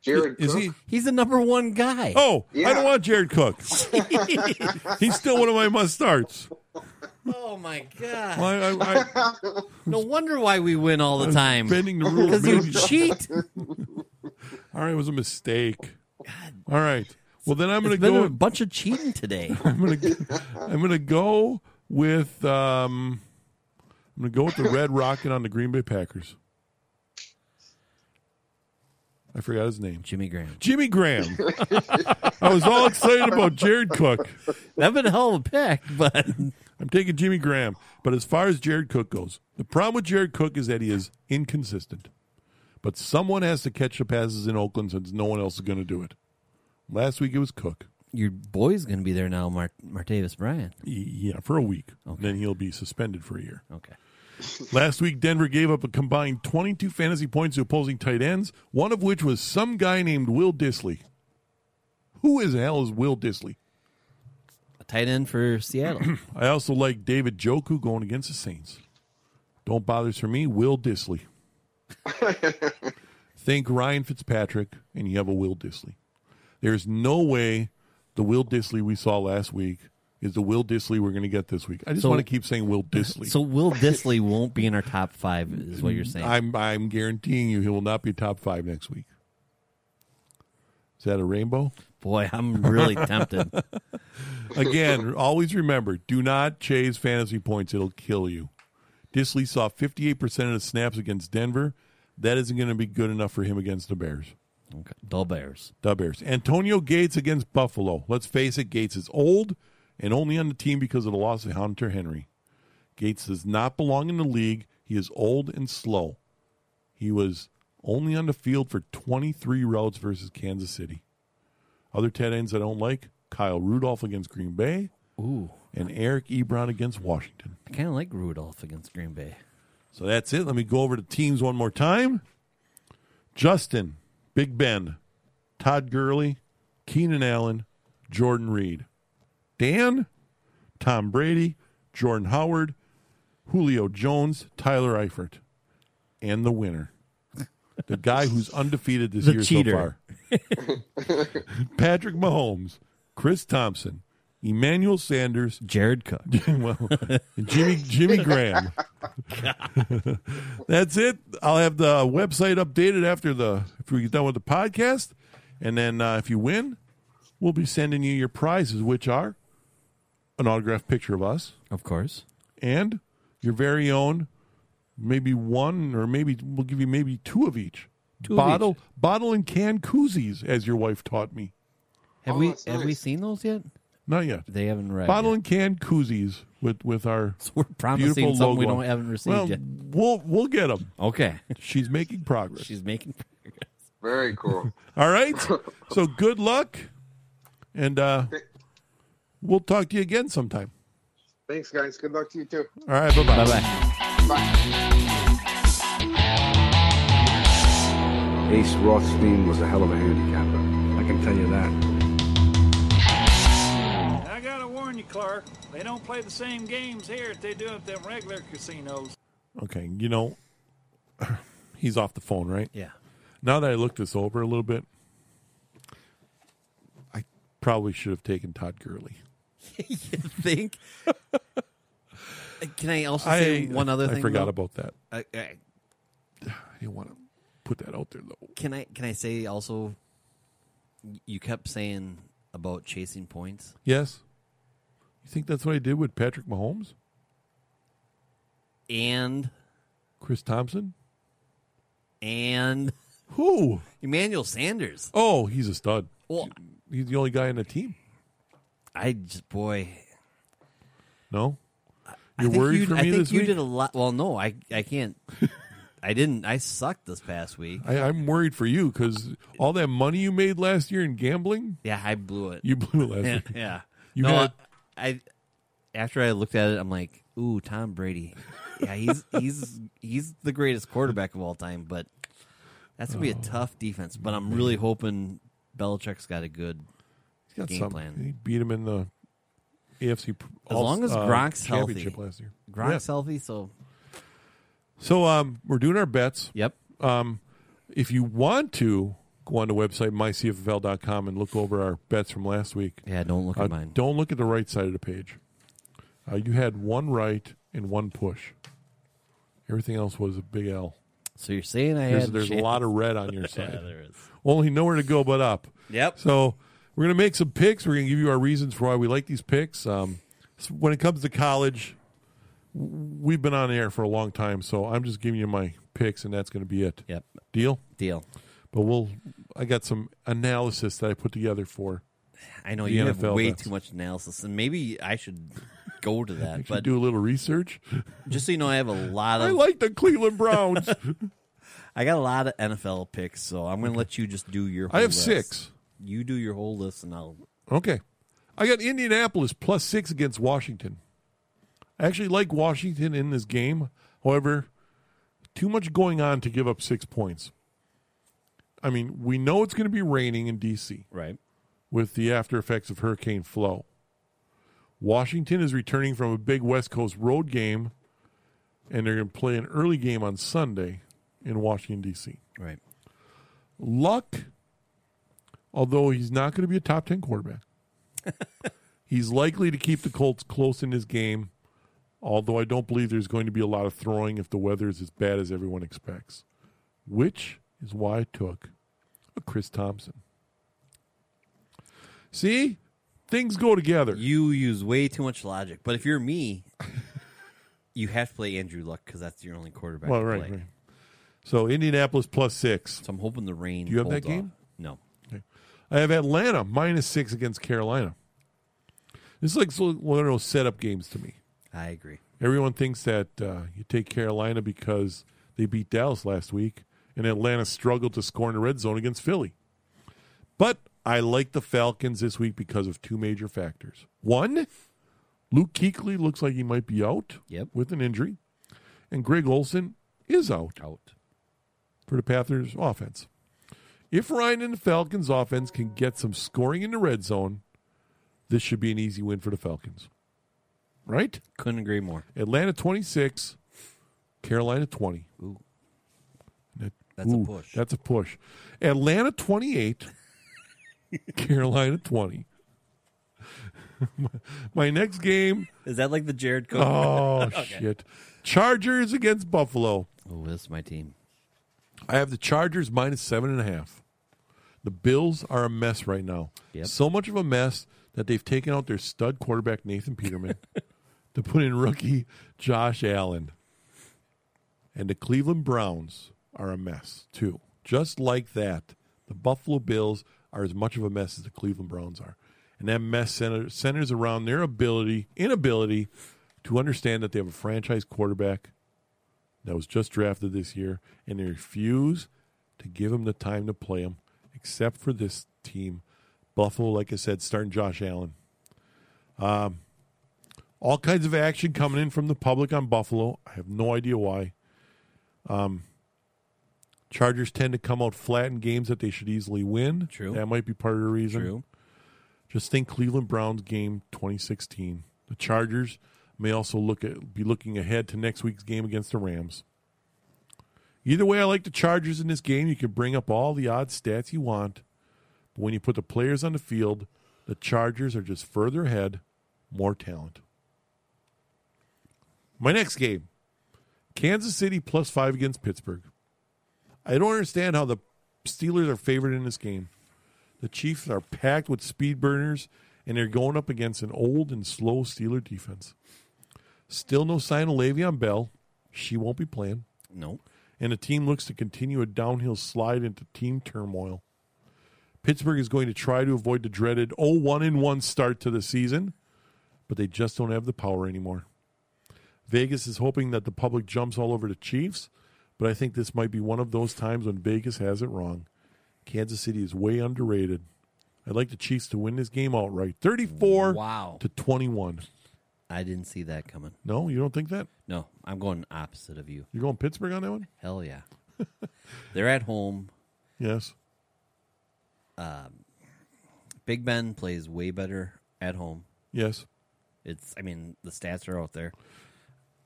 [SPEAKER 10] Jared
[SPEAKER 2] Is
[SPEAKER 10] Cook?
[SPEAKER 2] he?
[SPEAKER 3] He's the number one guy.
[SPEAKER 2] Oh, I
[SPEAKER 10] Yeah.
[SPEAKER 2] don't want Jared Cook. He's still one of my must starts.
[SPEAKER 3] Oh, my god!
[SPEAKER 2] I, I, I,
[SPEAKER 3] No wonder why we win all the time.
[SPEAKER 2] bending the rule.
[SPEAKER 3] Because you
[SPEAKER 2] Maybe.
[SPEAKER 3] cheat.
[SPEAKER 2] All right, it was a mistake. All right. Well, then I'm going
[SPEAKER 3] There's
[SPEAKER 2] to
[SPEAKER 3] been
[SPEAKER 2] go.
[SPEAKER 3] a bunch of cheating today.
[SPEAKER 2] I'm gonna I'm gonna go with um, I'm gonna go with the Red Rocket on the Green Bay Packers. I forgot his name.
[SPEAKER 3] Jimmy Graham.
[SPEAKER 2] Jimmy Graham. I was all excited about Jared Cook.
[SPEAKER 3] That'd been a hell of a pick, but
[SPEAKER 2] I'm taking Jimmy Graham. But as far as Jared Cook goes, the problem with Jared Cook is that he is inconsistent. But someone has to catch the passes in Oakland since no one else is going to do it. Last week it was Cook.
[SPEAKER 3] your boy's gonna be there now, Mar- Martavis Bryant.
[SPEAKER 2] Y- Yeah, for a week. Then he'll be suspended for a year.
[SPEAKER 3] Okay.
[SPEAKER 2] Last week, Denver gave up a combined 22 fantasy points to opposing tight ends, one of which was some guy named Will Disley. Who is hell is Will Disley?
[SPEAKER 3] A tight end for Seattle.
[SPEAKER 2] I also like David Joku going against the Saints. Don't bothers for me, Will Disley. Think Ryan Fitzpatrick, and you have a Will Disley. There's no way the Will Disley we saw last week is the Will Disley we're going to get this week. I just
[SPEAKER 3] So-
[SPEAKER 2] want to keep saying Will Disley.
[SPEAKER 3] so Will Disley won't be in our top five, is what you're saying.
[SPEAKER 2] I'm I'm guaranteeing you he will not be top five next week. Is that a rainbow?
[SPEAKER 3] Boy, I'm really tempted.
[SPEAKER 2] Again, always remember: do not chase fantasy points; it'll kill you. Disley saw 58 percent of the snaps against Denver. That isn't going to be good enough for him against the Bears.
[SPEAKER 3] Okay. Dull Bears.
[SPEAKER 2] The Bears. Antonio Gates against Buffalo. Let's face it, Gates is old and only on the team because of the loss of Hunter Henry. Gates does not belong in the league. He is old and slow. He was only on the field for 23 routes versus Kansas City. Other tight ends I don't like Kyle Rudolph against Green Bay
[SPEAKER 3] Ooh,
[SPEAKER 2] and Eric Ebron against Washington.
[SPEAKER 3] I kind of like Rudolph against Green Bay.
[SPEAKER 2] So that's it. Let me go over the teams one more time. Justin, Big Ben, Todd Gurley, Keenan Allen, Jordan Reed, Dan, Tom Brady, Jordan Howard, Julio Jones, Tyler Eifert, and the winner. The guy who's undefeated this
[SPEAKER 3] The
[SPEAKER 2] year
[SPEAKER 3] cheater.
[SPEAKER 2] so far. Patrick Mahomes, Chris Thompson, Emmanuel Sanders,
[SPEAKER 3] Jared Cook.
[SPEAKER 2] well, Jimmy Jimmy Graham. That's it. I'll have the website updated after the if we get done with the podcast, and then uh, if you win, we'll be sending you your prizes, which are an autographed picture of us
[SPEAKER 3] Of course.
[SPEAKER 2] and your very own, maybe one or maybe we'll give you maybe two of each.
[SPEAKER 3] Two of
[SPEAKER 2] bottle bottle and can koozies, as your wife taught me.
[SPEAKER 3] Have
[SPEAKER 10] Oh,
[SPEAKER 3] we
[SPEAKER 10] that's
[SPEAKER 3] have we
[SPEAKER 10] nice.
[SPEAKER 3] seen those yet?
[SPEAKER 2] Not yet.
[SPEAKER 3] They haven't read.
[SPEAKER 2] Bottle and can koozies with with our
[SPEAKER 3] So we're promising
[SPEAKER 2] beautiful
[SPEAKER 3] something
[SPEAKER 2] logo.
[SPEAKER 3] we don't haven't received
[SPEAKER 2] well,
[SPEAKER 3] yet.
[SPEAKER 2] We'll we'll get them.
[SPEAKER 3] Okay.
[SPEAKER 2] She's making progress.
[SPEAKER 3] She's making
[SPEAKER 10] Very cool.
[SPEAKER 2] All right. So good luck, and uh, we'll talk to you again sometime.
[SPEAKER 10] Thanks, guys. Good luck to you too.
[SPEAKER 2] All right. Bye
[SPEAKER 3] Bye
[SPEAKER 2] bye.
[SPEAKER 3] bye.
[SPEAKER 11] Ace Rothstein was a hell of a handicapper. I can tell you that.
[SPEAKER 9] I gotta warn you, Clark. They don't play the same games here that they do at them regular casinos.
[SPEAKER 2] Okay. You know, he's off the phone, right?
[SPEAKER 3] Yeah.
[SPEAKER 2] Now that I looked this over a little bit, I probably should have taken Todd Gurley.
[SPEAKER 3] you think? Can I also say one other thing?
[SPEAKER 2] I forgot
[SPEAKER 3] though? Uh,
[SPEAKER 2] about that.
[SPEAKER 3] I, I,
[SPEAKER 2] I didn't want to put that out there though.
[SPEAKER 3] Can I can I say also? You kept saying about chasing points.
[SPEAKER 2] Yes, you think that's what I did with Patrick Mahomes,
[SPEAKER 3] and
[SPEAKER 2] Chris Thompson?
[SPEAKER 3] and
[SPEAKER 2] who
[SPEAKER 3] Emmanuel Sanders.
[SPEAKER 2] Oh, he's a stud.
[SPEAKER 3] Well-
[SPEAKER 2] he's the only guy in the team.
[SPEAKER 3] I just boy,
[SPEAKER 2] No,
[SPEAKER 3] I
[SPEAKER 2] you're
[SPEAKER 3] think
[SPEAKER 2] worried
[SPEAKER 3] you-
[SPEAKER 2] for
[SPEAKER 3] I
[SPEAKER 2] me
[SPEAKER 3] think
[SPEAKER 2] this
[SPEAKER 3] you
[SPEAKER 2] week.
[SPEAKER 3] did a lot. Well, no, I I can't. I didn't. I sucked this past week.
[SPEAKER 2] I, I'm worried for you because all that money you made last year in gambling,
[SPEAKER 3] yeah, I blew it.
[SPEAKER 2] you blew it last
[SPEAKER 3] yeah,
[SPEAKER 2] year.
[SPEAKER 3] yeah.
[SPEAKER 2] You
[SPEAKER 3] no,
[SPEAKER 2] had-
[SPEAKER 3] I after I looked at it, I'm like, ooh, Tom Brady. Yeah, he's he's he's the greatest quarterback of all time, but that's gonna be a
[SPEAKER 2] Oh.
[SPEAKER 3] tough defense. But I'm really hoping Belichick's got a good
[SPEAKER 2] He's got
[SPEAKER 3] game
[SPEAKER 2] some-
[SPEAKER 3] plan.
[SPEAKER 2] He beat him in the AFC. pr-
[SPEAKER 3] As
[SPEAKER 2] all-
[SPEAKER 3] long as
[SPEAKER 2] uh,
[SPEAKER 3] Gronk's healthy,
[SPEAKER 2] championship last year.
[SPEAKER 3] Gronk's
[SPEAKER 2] Yeah.
[SPEAKER 3] healthy, so
[SPEAKER 2] So um, we're doing our bets.
[SPEAKER 3] Yep.
[SPEAKER 2] Um, if you want to go on the website mycfl.com and look over our bets from last week.
[SPEAKER 3] Yeah, don't look
[SPEAKER 2] uh,
[SPEAKER 3] at mine.
[SPEAKER 2] Don't look at the right side of the page. Uh, you had one right and one push. Everything else was a big L.
[SPEAKER 3] So you're saying I
[SPEAKER 2] there's,
[SPEAKER 3] had a
[SPEAKER 2] there's a
[SPEAKER 3] chance.
[SPEAKER 2] lot of red on your side.
[SPEAKER 3] Yeah, there is.
[SPEAKER 2] Only nowhere to go but up.
[SPEAKER 3] Yep.
[SPEAKER 2] So we're gonna make some picks. We're gonna give you our reasons for why we like these picks. Um, so when it comes to college, w- we've been on air for a long time, so I'm just giving you my picks, and that's gonna be it.
[SPEAKER 3] Yep.
[SPEAKER 2] Deal.
[SPEAKER 3] Deal.
[SPEAKER 2] But we'll. I got some analysis that I put together for.
[SPEAKER 3] I know
[SPEAKER 2] the
[SPEAKER 3] you have
[SPEAKER 2] NFL
[SPEAKER 3] way
[SPEAKER 2] bets.
[SPEAKER 3] too much analysis, and maybe I should go to
[SPEAKER 2] I
[SPEAKER 3] that.
[SPEAKER 2] should
[SPEAKER 3] but
[SPEAKER 2] do a little research.
[SPEAKER 3] just so you know, I have a lot of.
[SPEAKER 2] I like the Cleveland Browns.
[SPEAKER 3] I got a lot of NFL picks, so I'm going to let you just do your.
[SPEAKER 2] I
[SPEAKER 3] Whole
[SPEAKER 2] have
[SPEAKER 3] list.
[SPEAKER 2] six.
[SPEAKER 3] You do your whole list, and I'll.
[SPEAKER 2] Okay. I got Indianapolis plus six against Washington. I actually like Washington in this game. However, too much going on to give up six points. I mean, we know it's going to be raining in D.C.
[SPEAKER 3] Right.
[SPEAKER 2] With the after effects of Hurricane Flo. Washington is returning from a big West Coast road game, and they're going to play an early game on Sunday in Washington, D.C.
[SPEAKER 3] Right.
[SPEAKER 2] Luck, although he's not going to be a top 10 quarterback, he's likely to keep the Colts close in his game, although I don't believe there's going to be a lot of throwing if the weather is as bad as everyone expects, which is why I took a Chris Thompson. See? Things go together.
[SPEAKER 3] You use way too much logic, but if you're me, you have to play Andrew Luck because that's your only quarterback.
[SPEAKER 2] Well,
[SPEAKER 3] to
[SPEAKER 2] right,
[SPEAKER 3] play.
[SPEAKER 2] right. So Indianapolis plus six.
[SPEAKER 3] So I'm hoping the rain.
[SPEAKER 2] Do you have
[SPEAKER 3] holds
[SPEAKER 2] that game?
[SPEAKER 3] off. No.
[SPEAKER 2] Okay. I have Atlanta minus six against Carolina. This is like so- one of those setup games to me.
[SPEAKER 3] I agree.
[SPEAKER 2] Everyone thinks that uh, you take Carolina because they beat Dallas last week, and Atlanta struggled to score in the red zone against Philly. But I like the Falcons this week because of two major factors. One, Luke Kuechly looks like he might be out
[SPEAKER 3] Yep.
[SPEAKER 2] with an injury, and Greg Olson is out
[SPEAKER 3] Out.
[SPEAKER 2] for the Panthers offense. If Ryan and the Falcons offense can get some scoring in the red zone, this should be an easy win for the Falcons. Right?
[SPEAKER 3] Couldn't agree more.
[SPEAKER 2] Atlanta 26, Carolina 20.
[SPEAKER 3] Ooh.
[SPEAKER 2] That-
[SPEAKER 3] That's a push.
[SPEAKER 2] That's a push. Atlanta 28, Carolina 20. My next game,
[SPEAKER 3] Is that like the Jared Cook?
[SPEAKER 2] oh shit. Chargers against Buffalo.
[SPEAKER 3] oh, this is my team.
[SPEAKER 2] I have the Chargers minus seven and a half. The Bills are a mess right now.
[SPEAKER 3] Yep.
[SPEAKER 2] So much of a mess that they've taken out their stud quarterback Nathan Peterman to put in rookie Josh Allen. And the Cleveland Browns are a mess too. Just like that, the Buffalo Bills are as much of a mess as the Cleveland Browns are. And that mess center, centers around their ability, inability to understand that they have a franchise quarterback that was just drafted this year, and they refuse to give him the time to play him, except for this team. Buffalo, like I said, starting Josh Allen. Um, all kinds of action coming in from the public on Buffalo. I have no idea why. Um, Chargers tend to come out flat in games that they should easily win.
[SPEAKER 3] True.
[SPEAKER 2] That might be part of the reason.
[SPEAKER 3] True.
[SPEAKER 2] Just think Cleveland Browns game 2016. The Chargers may also look at be looking ahead to next week's game against the Rams. Either way, I like the Chargers in this game. You can bring up all the odd stats you want, but when you put the players on the field, The Chargers are just further ahead, more talent. My next game Kansas City plus five against Pittsburgh. I don't understand how the Steelers are favored in this game. The Chiefs are packed with speed burners, and they're going up against an old and slow Steeler defense. Still no sign of Le'Veon Bell. She won't be playing.
[SPEAKER 3] Nope.
[SPEAKER 2] And the team looks to continue a downhill slide into team turmoil. Pittsburgh is going to try to avoid the dreaded oh, 0 1 1 start to the season, but they just don't have the power anymore. Vegas is hoping that the public jumps all over the Chiefs, but I think this might be one of those times when Vegas has it wrong. Kansas City is way underrated. I'd like the Chiefs to win this game outright 34
[SPEAKER 3] Wow.
[SPEAKER 2] to 21.
[SPEAKER 3] I didn't see that coming.
[SPEAKER 2] No, you don't think that?
[SPEAKER 3] No, I'm going opposite of you.
[SPEAKER 2] You're going Pittsburgh on that one?
[SPEAKER 3] Hell yeah. They're at home.
[SPEAKER 2] Yes.
[SPEAKER 3] Um, Big Ben plays way better at home.
[SPEAKER 2] Yes.
[SPEAKER 3] It's, I mean, the stats are out there.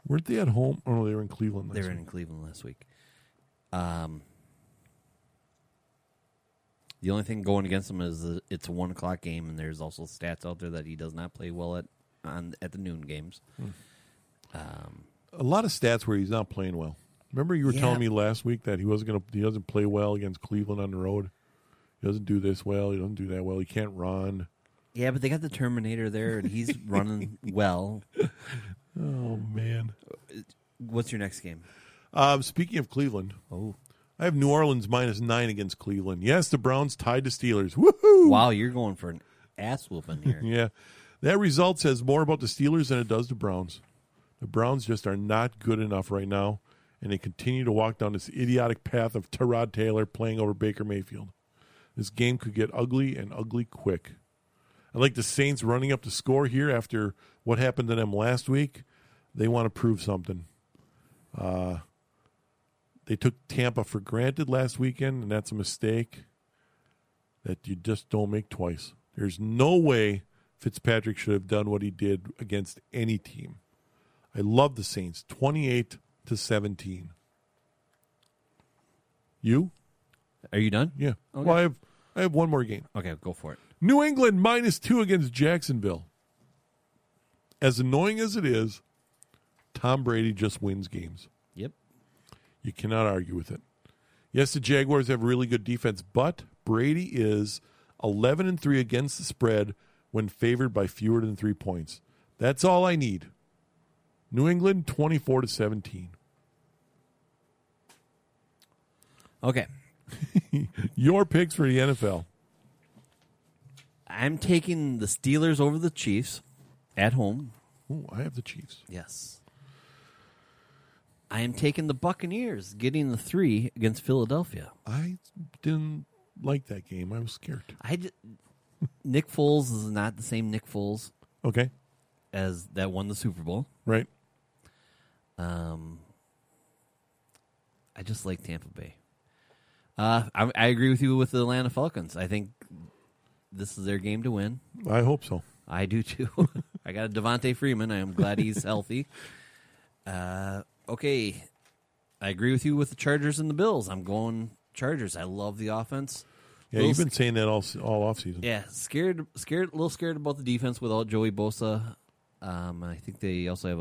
[SPEAKER 2] Weren't they at home? Oh, no, they were in Cleveland. last
[SPEAKER 3] They were
[SPEAKER 2] week.
[SPEAKER 3] in Cleveland last week. Um, the only thing going against him is the, it's a one o'clock game, and there's also stats out there that he does not play well at on at the noon games. Um,
[SPEAKER 2] a lot of stats where he's not playing well. Remember, you were
[SPEAKER 3] Yeah.
[SPEAKER 2] telling me last week that he wasn't going to. He doesn't play well against Cleveland on the road. He doesn't do this well. He doesn't do that well. He can't run.
[SPEAKER 3] yeah, but they got the Terminator there, and he's running well.
[SPEAKER 2] Oh man.
[SPEAKER 3] What's your next game?
[SPEAKER 2] Um, speaking of Cleveland,
[SPEAKER 3] oh,
[SPEAKER 2] I have New Orleans minus nine against Cleveland. Yes, the Browns tied to Steelers. Woohoo!
[SPEAKER 3] Wow, you're going for an ass whooping here.
[SPEAKER 2] Yeah, that result says more about the Steelers than it does the Browns. The Browns just are not good enough right now, and they continue to walk down this idiotic path of Tyrod Taylor playing over Baker Mayfield. This game could get ugly and ugly quick. I like the Saints running up the score here after what happened to them last week. They want to prove something. Uh, they took Tampa for granted last weekend, and that's a mistake that you just don't make twice. There's no way Fitzpatrick should have done what he did against any team. I love the Saints, 28 to 17. You?
[SPEAKER 3] Are you done?
[SPEAKER 2] Yeah.
[SPEAKER 3] Okay.
[SPEAKER 2] Well, I have I have one more game.
[SPEAKER 3] Okay, go for it.
[SPEAKER 2] New England minus two against Jacksonville. As annoying as it is, Tom Brady just wins games.
[SPEAKER 3] Yep.
[SPEAKER 2] You cannot argue with it. Yes, the Jaguars have really good defense, but Brady is 11 and 3 against the spread when favored by fewer than 3 points. That's all I need. New England 24 to 17.
[SPEAKER 3] Okay.
[SPEAKER 2] Your picks for the NFL.
[SPEAKER 3] I'm taking the Steelers over the Chiefs at home.
[SPEAKER 2] Ooh, I have the Chiefs.
[SPEAKER 3] Yes. I am taking the Buccaneers, getting the three against Philadelphia.
[SPEAKER 2] I didn't like that game. I was scared.
[SPEAKER 3] I d- Nick Foles is not the same Nick Foles
[SPEAKER 2] Okay.
[SPEAKER 3] as that won the Super Bowl.
[SPEAKER 2] Right.
[SPEAKER 3] Um, I just like Tampa Bay. Uh, I, I agree with you with the Atlanta Falcons. I think this is their game to win.
[SPEAKER 2] I hope so.
[SPEAKER 3] I do too. I got a Devontae Freeman. I am glad he's healthy. Uh, okay. I agree with you with the Chargers and the Bills. I'm going Chargers. I love the offense.
[SPEAKER 2] Yeah,
[SPEAKER 3] Little
[SPEAKER 2] you've been saying that all all offseason.
[SPEAKER 3] yeah, scared, scared, a little scared about the defense without Joey Bosa. Um, I think they also have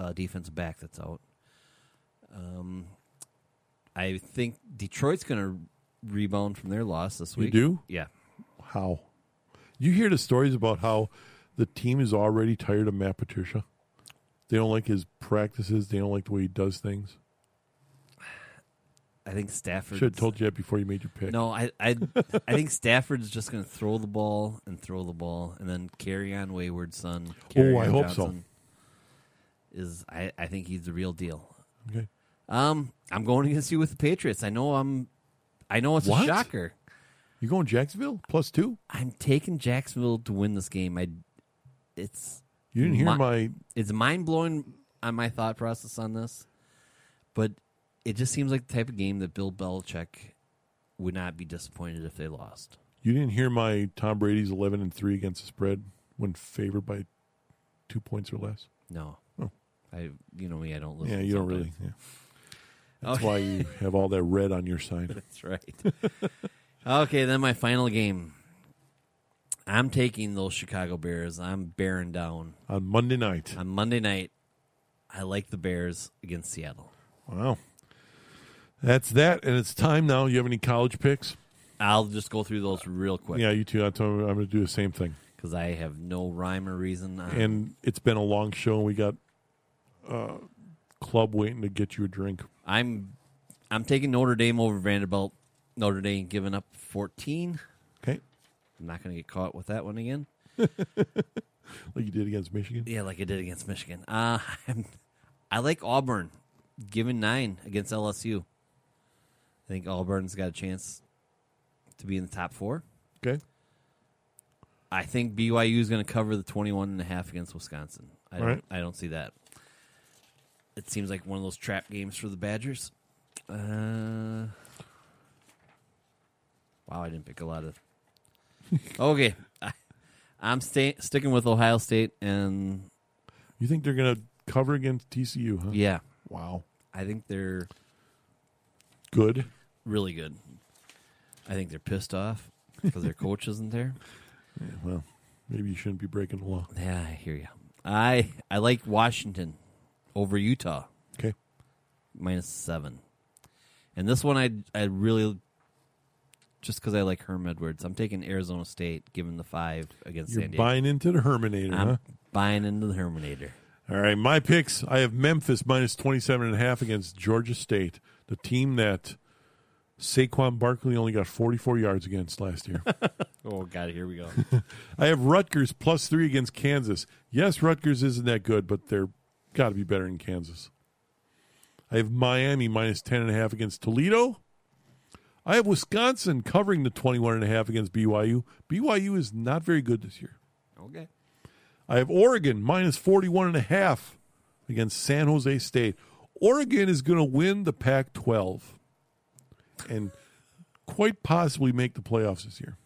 [SPEAKER 3] a, a defense back that's out. Um, I think Detroit's going to rebound from their loss this
[SPEAKER 2] You
[SPEAKER 3] week.
[SPEAKER 2] do?
[SPEAKER 3] Yeah.
[SPEAKER 2] How? You hear the stories about how the team is already tired of Matt Patricia. They don't like his practices. They don't like the way he does things.
[SPEAKER 3] I think Stafford
[SPEAKER 2] Should have told you that before you made your pick.
[SPEAKER 3] No, I, I, I think Stafford's just going to throw the ball and throw the ball, and then carry on Wayward
[SPEAKER 2] Oh,
[SPEAKER 3] son.
[SPEAKER 2] I
[SPEAKER 3] Kerryon
[SPEAKER 2] hope so.
[SPEAKER 3] Is I, I think he's the real deal.
[SPEAKER 2] Okay.
[SPEAKER 3] Um, I'm going against you with the Patriots. I know I'm. I know it's
[SPEAKER 2] What?
[SPEAKER 3] a shocker.
[SPEAKER 2] You going Jacksonville plus two?
[SPEAKER 3] I'm taking Jacksonville to win this game. I. It's.
[SPEAKER 2] You didn't hear
[SPEAKER 3] mi-
[SPEAKER 2] my-
[SPEAKER 3] It's mind blowing on my thought process on this, but it just seems like the type of game that Bill Belichick would not be disappointed if they lost.
[SPEAKER 2] You didn't hear my Tom Brady's eleven and three against the spread when favored by two points or less.
[SPEAKER 3] No.
[SPEAKER 2] Oh.
[SPEAKER 3] I you know me, I don't listen.
[SPEAKER 2] yeah, you don't really.
[SPEAKER 3] sometimes.
[SPEAKER 2] Yeah. That's
[SPEAKER 3] Okay.
[SPEAKER 2] why you have all that red on your sign.
[SPEAKER 3] That's right. okay, then my final game. I'm taking those Chicago Bears. I'm bearing down
[SPEAKER 2] on Monday night.
[SPEAKER 3] On Monday night, I like the Bears against Seattle.
[SPEAKER 2] Wow. That's that, and it's time now. You have any college picks?
[SPEAKER 3] I'll just go through those real quick.
[SPEAKER 2] Yeah, you too. I'm going to do the same thing
[SPEAKER 3] because I have no rhyme or reason. Uh, On.
[SPEAKER 2] And it's been a long show, and we got uh, club waiting to get you a drink.
[SPEAKER 3] I'm I'm taking Notre Dame over Vanderbilt. Notre Dame giving up 14.
[SPEAKER 2] Okay,
[SPEAKER 3] I'm not going to get caught with that one again.
[SPEAKER 2] like you did against Michigan.
[SPEAKER 3] Yeah, like I did against Michigan. Uh, I'm, I like Auburn giving nine against LSU. I think Auburn's got a chance to be in the top four.
[SPEAKER 2] Okay.
[SPEAKER 3] I think BYU is going to cover the 21 and a half against Wisconsin. I don't,
[SPEAKER 2] All right.
[SPEAKER 3] I don't see that. It seems like one of those trap games for the Badgers. Uh, wow, I didn't pick a lot of. okay. I, I'm sta- sticking with Ohio State and
[SPEAKER 2] You think they're going to cover against TCU? Huh?
[SPEAKER 3] yeah.
[SPEAKER 2] Wow.
[SPEAKER 3] I think they're
[SPEAKER 2] Good.
[SPEAKER 3] really good. I think they're pissed off because their coach isn't there.
[SPEAKER 2] Yeah, well, maybe you shouldn't be breaking the law.
[SPEAKER 3] Yeah, I hear you. I I like Washington over Utah
[SPEAKER 2] Okay.
[SPEAKER 3] minus seven, and this one I I really just because I like Herm Edwards. I'm taking Arizona State, giving the five against
[SPEAKER 2] You're
[SPEAKER 3] San Diego. Uh-huh.
[SPEAKER 2] buying into the Herminator,
[SPEAKER 3] I'm
[SPEAKER 2] huh?
[SPEAKER 3] buying into the Herminator.
[SPEAKER 2] All right, my picks. I have Memphis minus 27 and a half against Georgia State, the team that Saquon Barkley only got 44 yards against last year.
[SPEAKER 3] Oh God, here we go.
[SPEAKER 2] I have Rutgers plus 3 against Kansas. Yes, Rutgers isn't that good, but they're got to be better than Kansas. I have Miami minus 10 and a half against Toledo. I have Wisconsin covering the 21 and a half against BYU. BYU is not very good this year.
[SPEAKER 3] okay,
[SPEAKER 2] I have Oregon minus 41 and a half against San Jose State. Oregon is going to win the Pac 12 and quite possibly make the playoffs this year.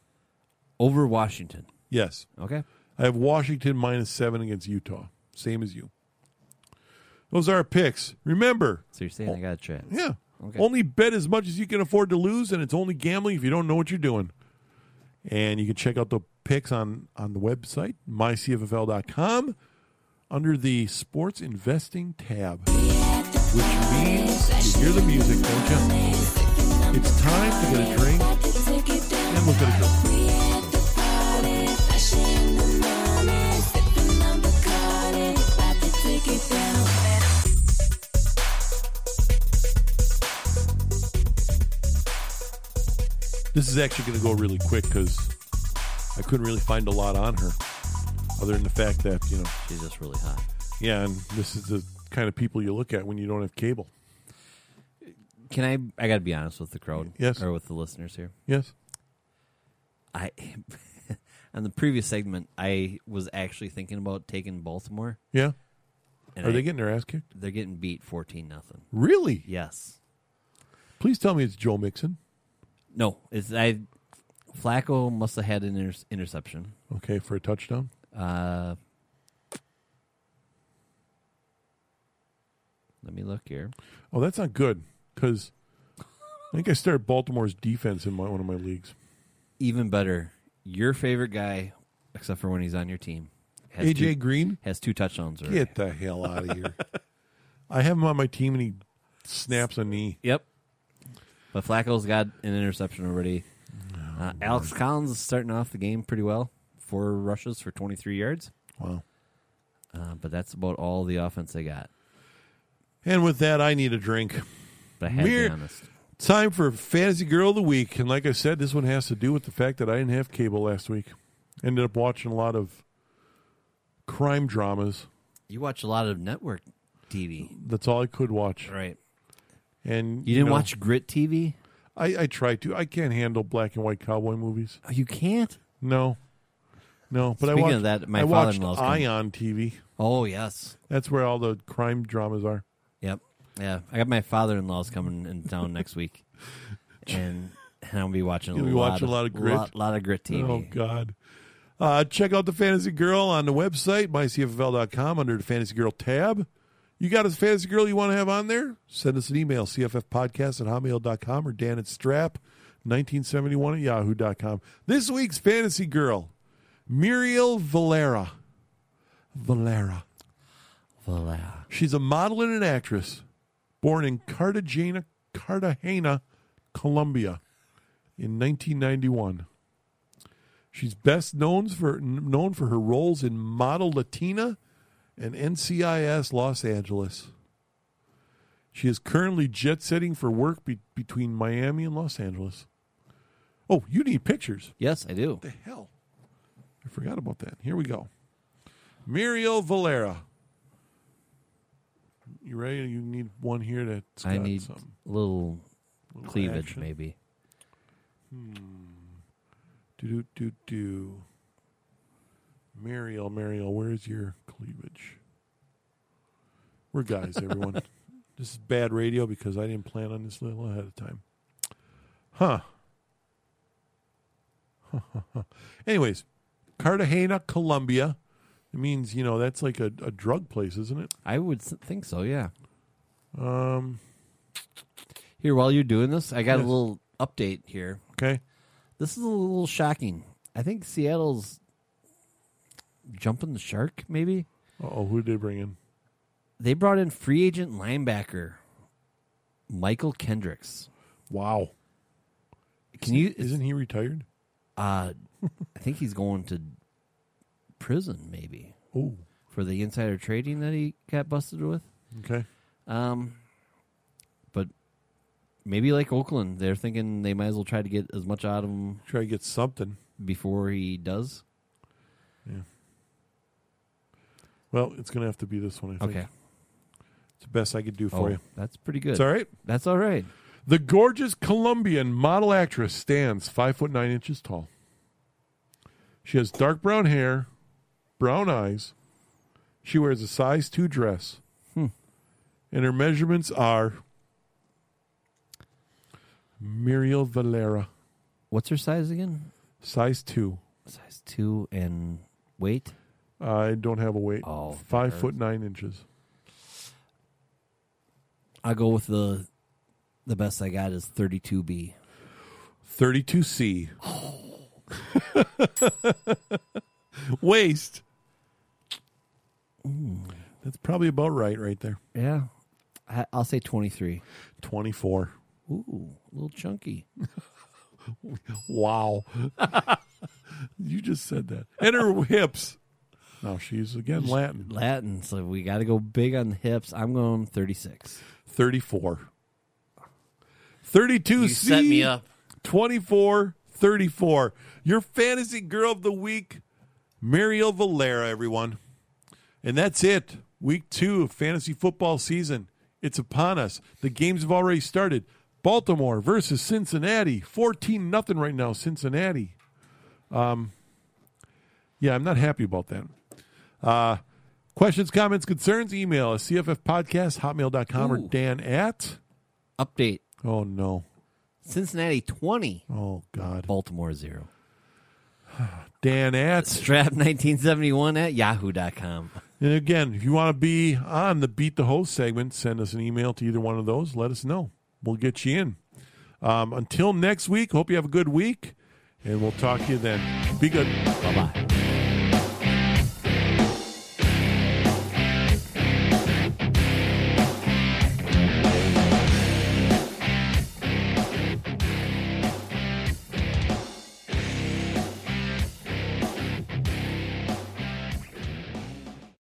[SPEAKER 3] over Washington.
[SPEAKER 2] Yes.
[SPEAKER 3] Okay,
[SPEAKER 2] I have Washington minus seven against Utah. Same as you. Those are our picks. Remember,
[SPEAKER 3] so you're saying I got a chance?
[SPEAKER 2] Oh. yeah,
[SPEAKER 3] Okay.
[SPEAKER 2] only bet as much as you can afford to lose, and it's only gambling if you don't know what you're doing. And you can check out the picks on, on the website, mycffl.com, under the sports investing tab, which means you hear the music, don't you? It's time to get a drink and look at a drink. This is actually going to go really quick because I couldn't really find a lot on her, other than the fact that you know,
[SPEAKER 3] She's just really hot.
[SPEAKER 2] yeah, and this is the kind of people you look at when you don't have cable.
[SPEAKER 3] Can I? I got to be honest with the crowd.
[SPEAKER 2] Yes.
[SPEAKER 3] or with the listeners here.
[SPEAKER 2] Yes,
[SPEAKER 3] I on the previous segment, I was actually thinking about taking Baltimore.
[SPEAKER 2] yeah.
[SPEAKER 3] And
[SPEAKER 2] Are
[SPEAKER 3] I-
[SPEAKER 2] they getting their ass kicked?
[SPEAKER 3] They're getting beat fourteen nothing.
[SPEAKER 2] Really?
[SPEAKER 3] Yes.
[SPEAKER 2] Please tell me it's Joe Mixon.
[SPEAKER 3] No. It's I. Flacco must have had an inter- interception.
[SPEAKER 2] Okay, for a touchdown.
[SPEAKER 3] Uh, let me look here.
[SPEAKER 2] Oh, that's not good because I think I started Baltimore's defense in my, one of my leagues.
[SPEAKER 3] Even better, your favorite guy, except for when he's on your team, has
[SPEAKER 2] AJ
[SPEAKER 3] two,
[SPEAKER 2] Green,
[SPEAKER 3] has two touchdowns. Already.
[SPEAKER 2] get the hell out of here! I have him on my team and he snaps a knee.
[SPEAKER 3] Yep. But Flacco's got an interception already. uh, Alex Collins is starting off the game pretty well. Four rushes for 23 yards.
[SPEAKER 2] Wow.
[SPEAKER 3] Uh, but that's about all the offense they got.
[SPEAKER 2] And with that, I need a drink.
[SPEAKER 3] But I had to
[SPEAKER 2] Weird.
[SPEAKER 3] be honest.
[SPEAKER 2] Time for Fantasy Girl of the Week. And like I said, this one has to do with the fact that I didn't have cable last week. Ended up watching a lot of crime dramas.
[SPEAKER 3] You watch a lot of network TV,
[SPEAKER 2] That's all I could watch.
[SPEAKER 3] right?
[SPEAKER 2] And
[SPEAKER 3] You didn't
[SPEAKER 2] know,
[SPEAKER 3] watch Grit TV?
[SPEAKER 2] I, I tried to. I can't handle black and white cowboy movies.
[SPEAKER 3] Oh, you can't?
[SPEAKER 2] No. No. But I
[SPEAKER 3] Speaking
[SPEAKER 2] watched,
[SPEAKER 3] of that, my
[SPEAKER 2] I watched
[SPEAKER 3] father-in-law's coming.
[SPEAKER 2] Ion TV.
[SPEAKER 3] Oh, yes.
[SPEAKER 2] That's where all the crime dramas are.
[SPEAKER 3] Yep. Yeah. I got my father in law's coming in town next week. And. And I'll be watching a,
[SPEAKER 2] You'll
[SPEAKER 3] lot,
[SPEAKER 2] be watching a lot of Grit?
[SPEAKER 3] lot, lot of grit TV.
[SPEAKER 2] Oh, God. Uh, check out the Fantasy Girl on the website, mycffl.com, under the Fantasy Girl tab. You got a fantasy girl you want to have on there? Send us an email, cffpodcast at hotmail.com or dan at strap1971 at yahoo.com. This week's fantasy girl Muriel Valera. Valera.
[SPEAKER 3] Valera.
[SPEAKER 2] She's a model and an actress born in Cartagena, Cartagena, Colombia in 1991. She's best known for known for her roles in Model Latina and NCIS Los Angeles. She is currently jet setting for work be- between Miami and Los Angeles. Oh, you need pictures.
[SPEAKER 3] Yes, I do.
[SPEAKER 2] the hell? I forgot about that. Here we go. Muriel Valera. You ready? You need one here that's
[SPEAKER 3] I
[SPEAKER 2] got
[SPEAKER 3] need
[SPEAKER 2] something.
[SPEAKER 3] a little,
[SPEAKER 2] Little
[SPEAKER 3] cleavage,
[SPEAKER 2] action.
[SPEAKER 3] maybe.
[SPEAKER 2] Do do do do. Mariel, Mariel, where's your cleavage? We're guys, everyone. this is bad radio because I didn't plan on this little ahead of time. Huh. Anyways, Cartagena, Colombia. It means you know that's like a, a drug place, isn't it?
[SPEAKER 3] I would s- think so. Yeah.
[SPEAKER 2] Um.
[SPEAKER 3] Here, while you're doing this, I got
[SPEAKER 2] Yes.
[SPEAKER 3] a little update here.
[SPEAKER 2] Okay.
[SPEAKER 3] This is a little shocking. I think Seattle's jumping the shark. Maybe
[SPEAKER 2] Oh, who did they bring in?
[SPEAKER 3] they brought in free agent linebacker Michael Kendricks.
[SPEAKER 2] Wow.
[SPEAKER 3] Can you?
[SPEAKER 2] Isn't he retired?
[SPEAKER 3] Uh, I think he's going to prison, maybe.
[SPEAKER 2] Oh.
[SPEAKER 3] For the insider trading that he got busted with.
[SPEAKER 2] Okay.
[SPEAKER 3] Um, but maybe like Oakland, they're thinking they might as well try to get as much out of him.
[SPEAKER 2] Try to get something
[SPEAKER 3] before he does.
[SPEAKER 2] Well, it's going to have to be this one, I think.
[SPEAKER 3] Okay.
[SPEAKER 2] It's the best I could do for
[SPEAKER 3] Oh,
[SPEAKER 2] you.
[SPEAKER 3] That's pretty good.
[SPEAKER 2] It's all right.
[SPEAKER 3] That's all right.
[SPEAKER 2] The gorgeous Colombian model actress stands five foot nine inches tall. She has dark brown hair, brown eyes. She wears a size two dress,
[SPEAKER 3] Hmm.
[SPEAKER 2] and her measurements are Muriel Valera,
[SPEAKER 3] What's her size again?
[SPEAKER 2] size two.
[SPEAKER 3] Size two and weight.
[SPEAKER 2] I don't have a weight.
[SPEAKER 3] Oh,
[SPEAKER 2] five
[SPEAKER 3] there.
[SPEAKER 2] foot nine inches.
[SPEAKER 3] I go with the the best I got is thirty two B.
[SPEAKER 2] Thirty-two C. Waist. That's probably about right, right there.
[SPEAKER 3] Yeah, I, I'll say twenty three.
[SPEAKER 2] 24.
[SPEAKER 3] Ooh, a little chunky.
[SPEAKER 2] Wow. you just said that. And her hips. Now she's again
[SPEAKER 3] Mm-hmm.
[SPEAKER 2] Latin.
[SPEAKER 3] Latin, so we got to go big on the hips. I'm going thirty six.
[SPEAKER 2] 34. 32
[SPEAKER 3] You
[SPEAKER 2] C.
[SPEAKER 3] set me up.
[SPEAKER 2] 24 34. Your fantasy girl of the week, Mariel Valera, everyone. And that's it. Week two of fantasy football season. It's upon us. The games have already started. Baltimore versus Cincinnati. 14 nothing right now, Cincinnati. Um, yeah, I'm not happy about that. Uh, questions, comments, concerns, email us cffpodcast, hotmail.com, or
[SPEAKER 3] Ooh.
[SPEAKER 2] dan at.
[SPEAKER 3] Update:
[SPEAKER 2] Oh, no.
[SPEAKER 3] Cincinnati twenty,
[SPEAKER 2] Oh, God.
[SPEAKER 3] Baltimore zero.
[SPEAKER 2] Dan at.
[SPEAKER 3] Strap nineteen seventy one at yahoo.com.
[SPEAKER 2] And again, if you want to be on the Beat the Host segment, send us an email to either one of those. Let us know. We'll get you in. Um, until next week, hope you have a good week, and we'll talk to you then. Be good.
[SPEAKER 3] Bye bye.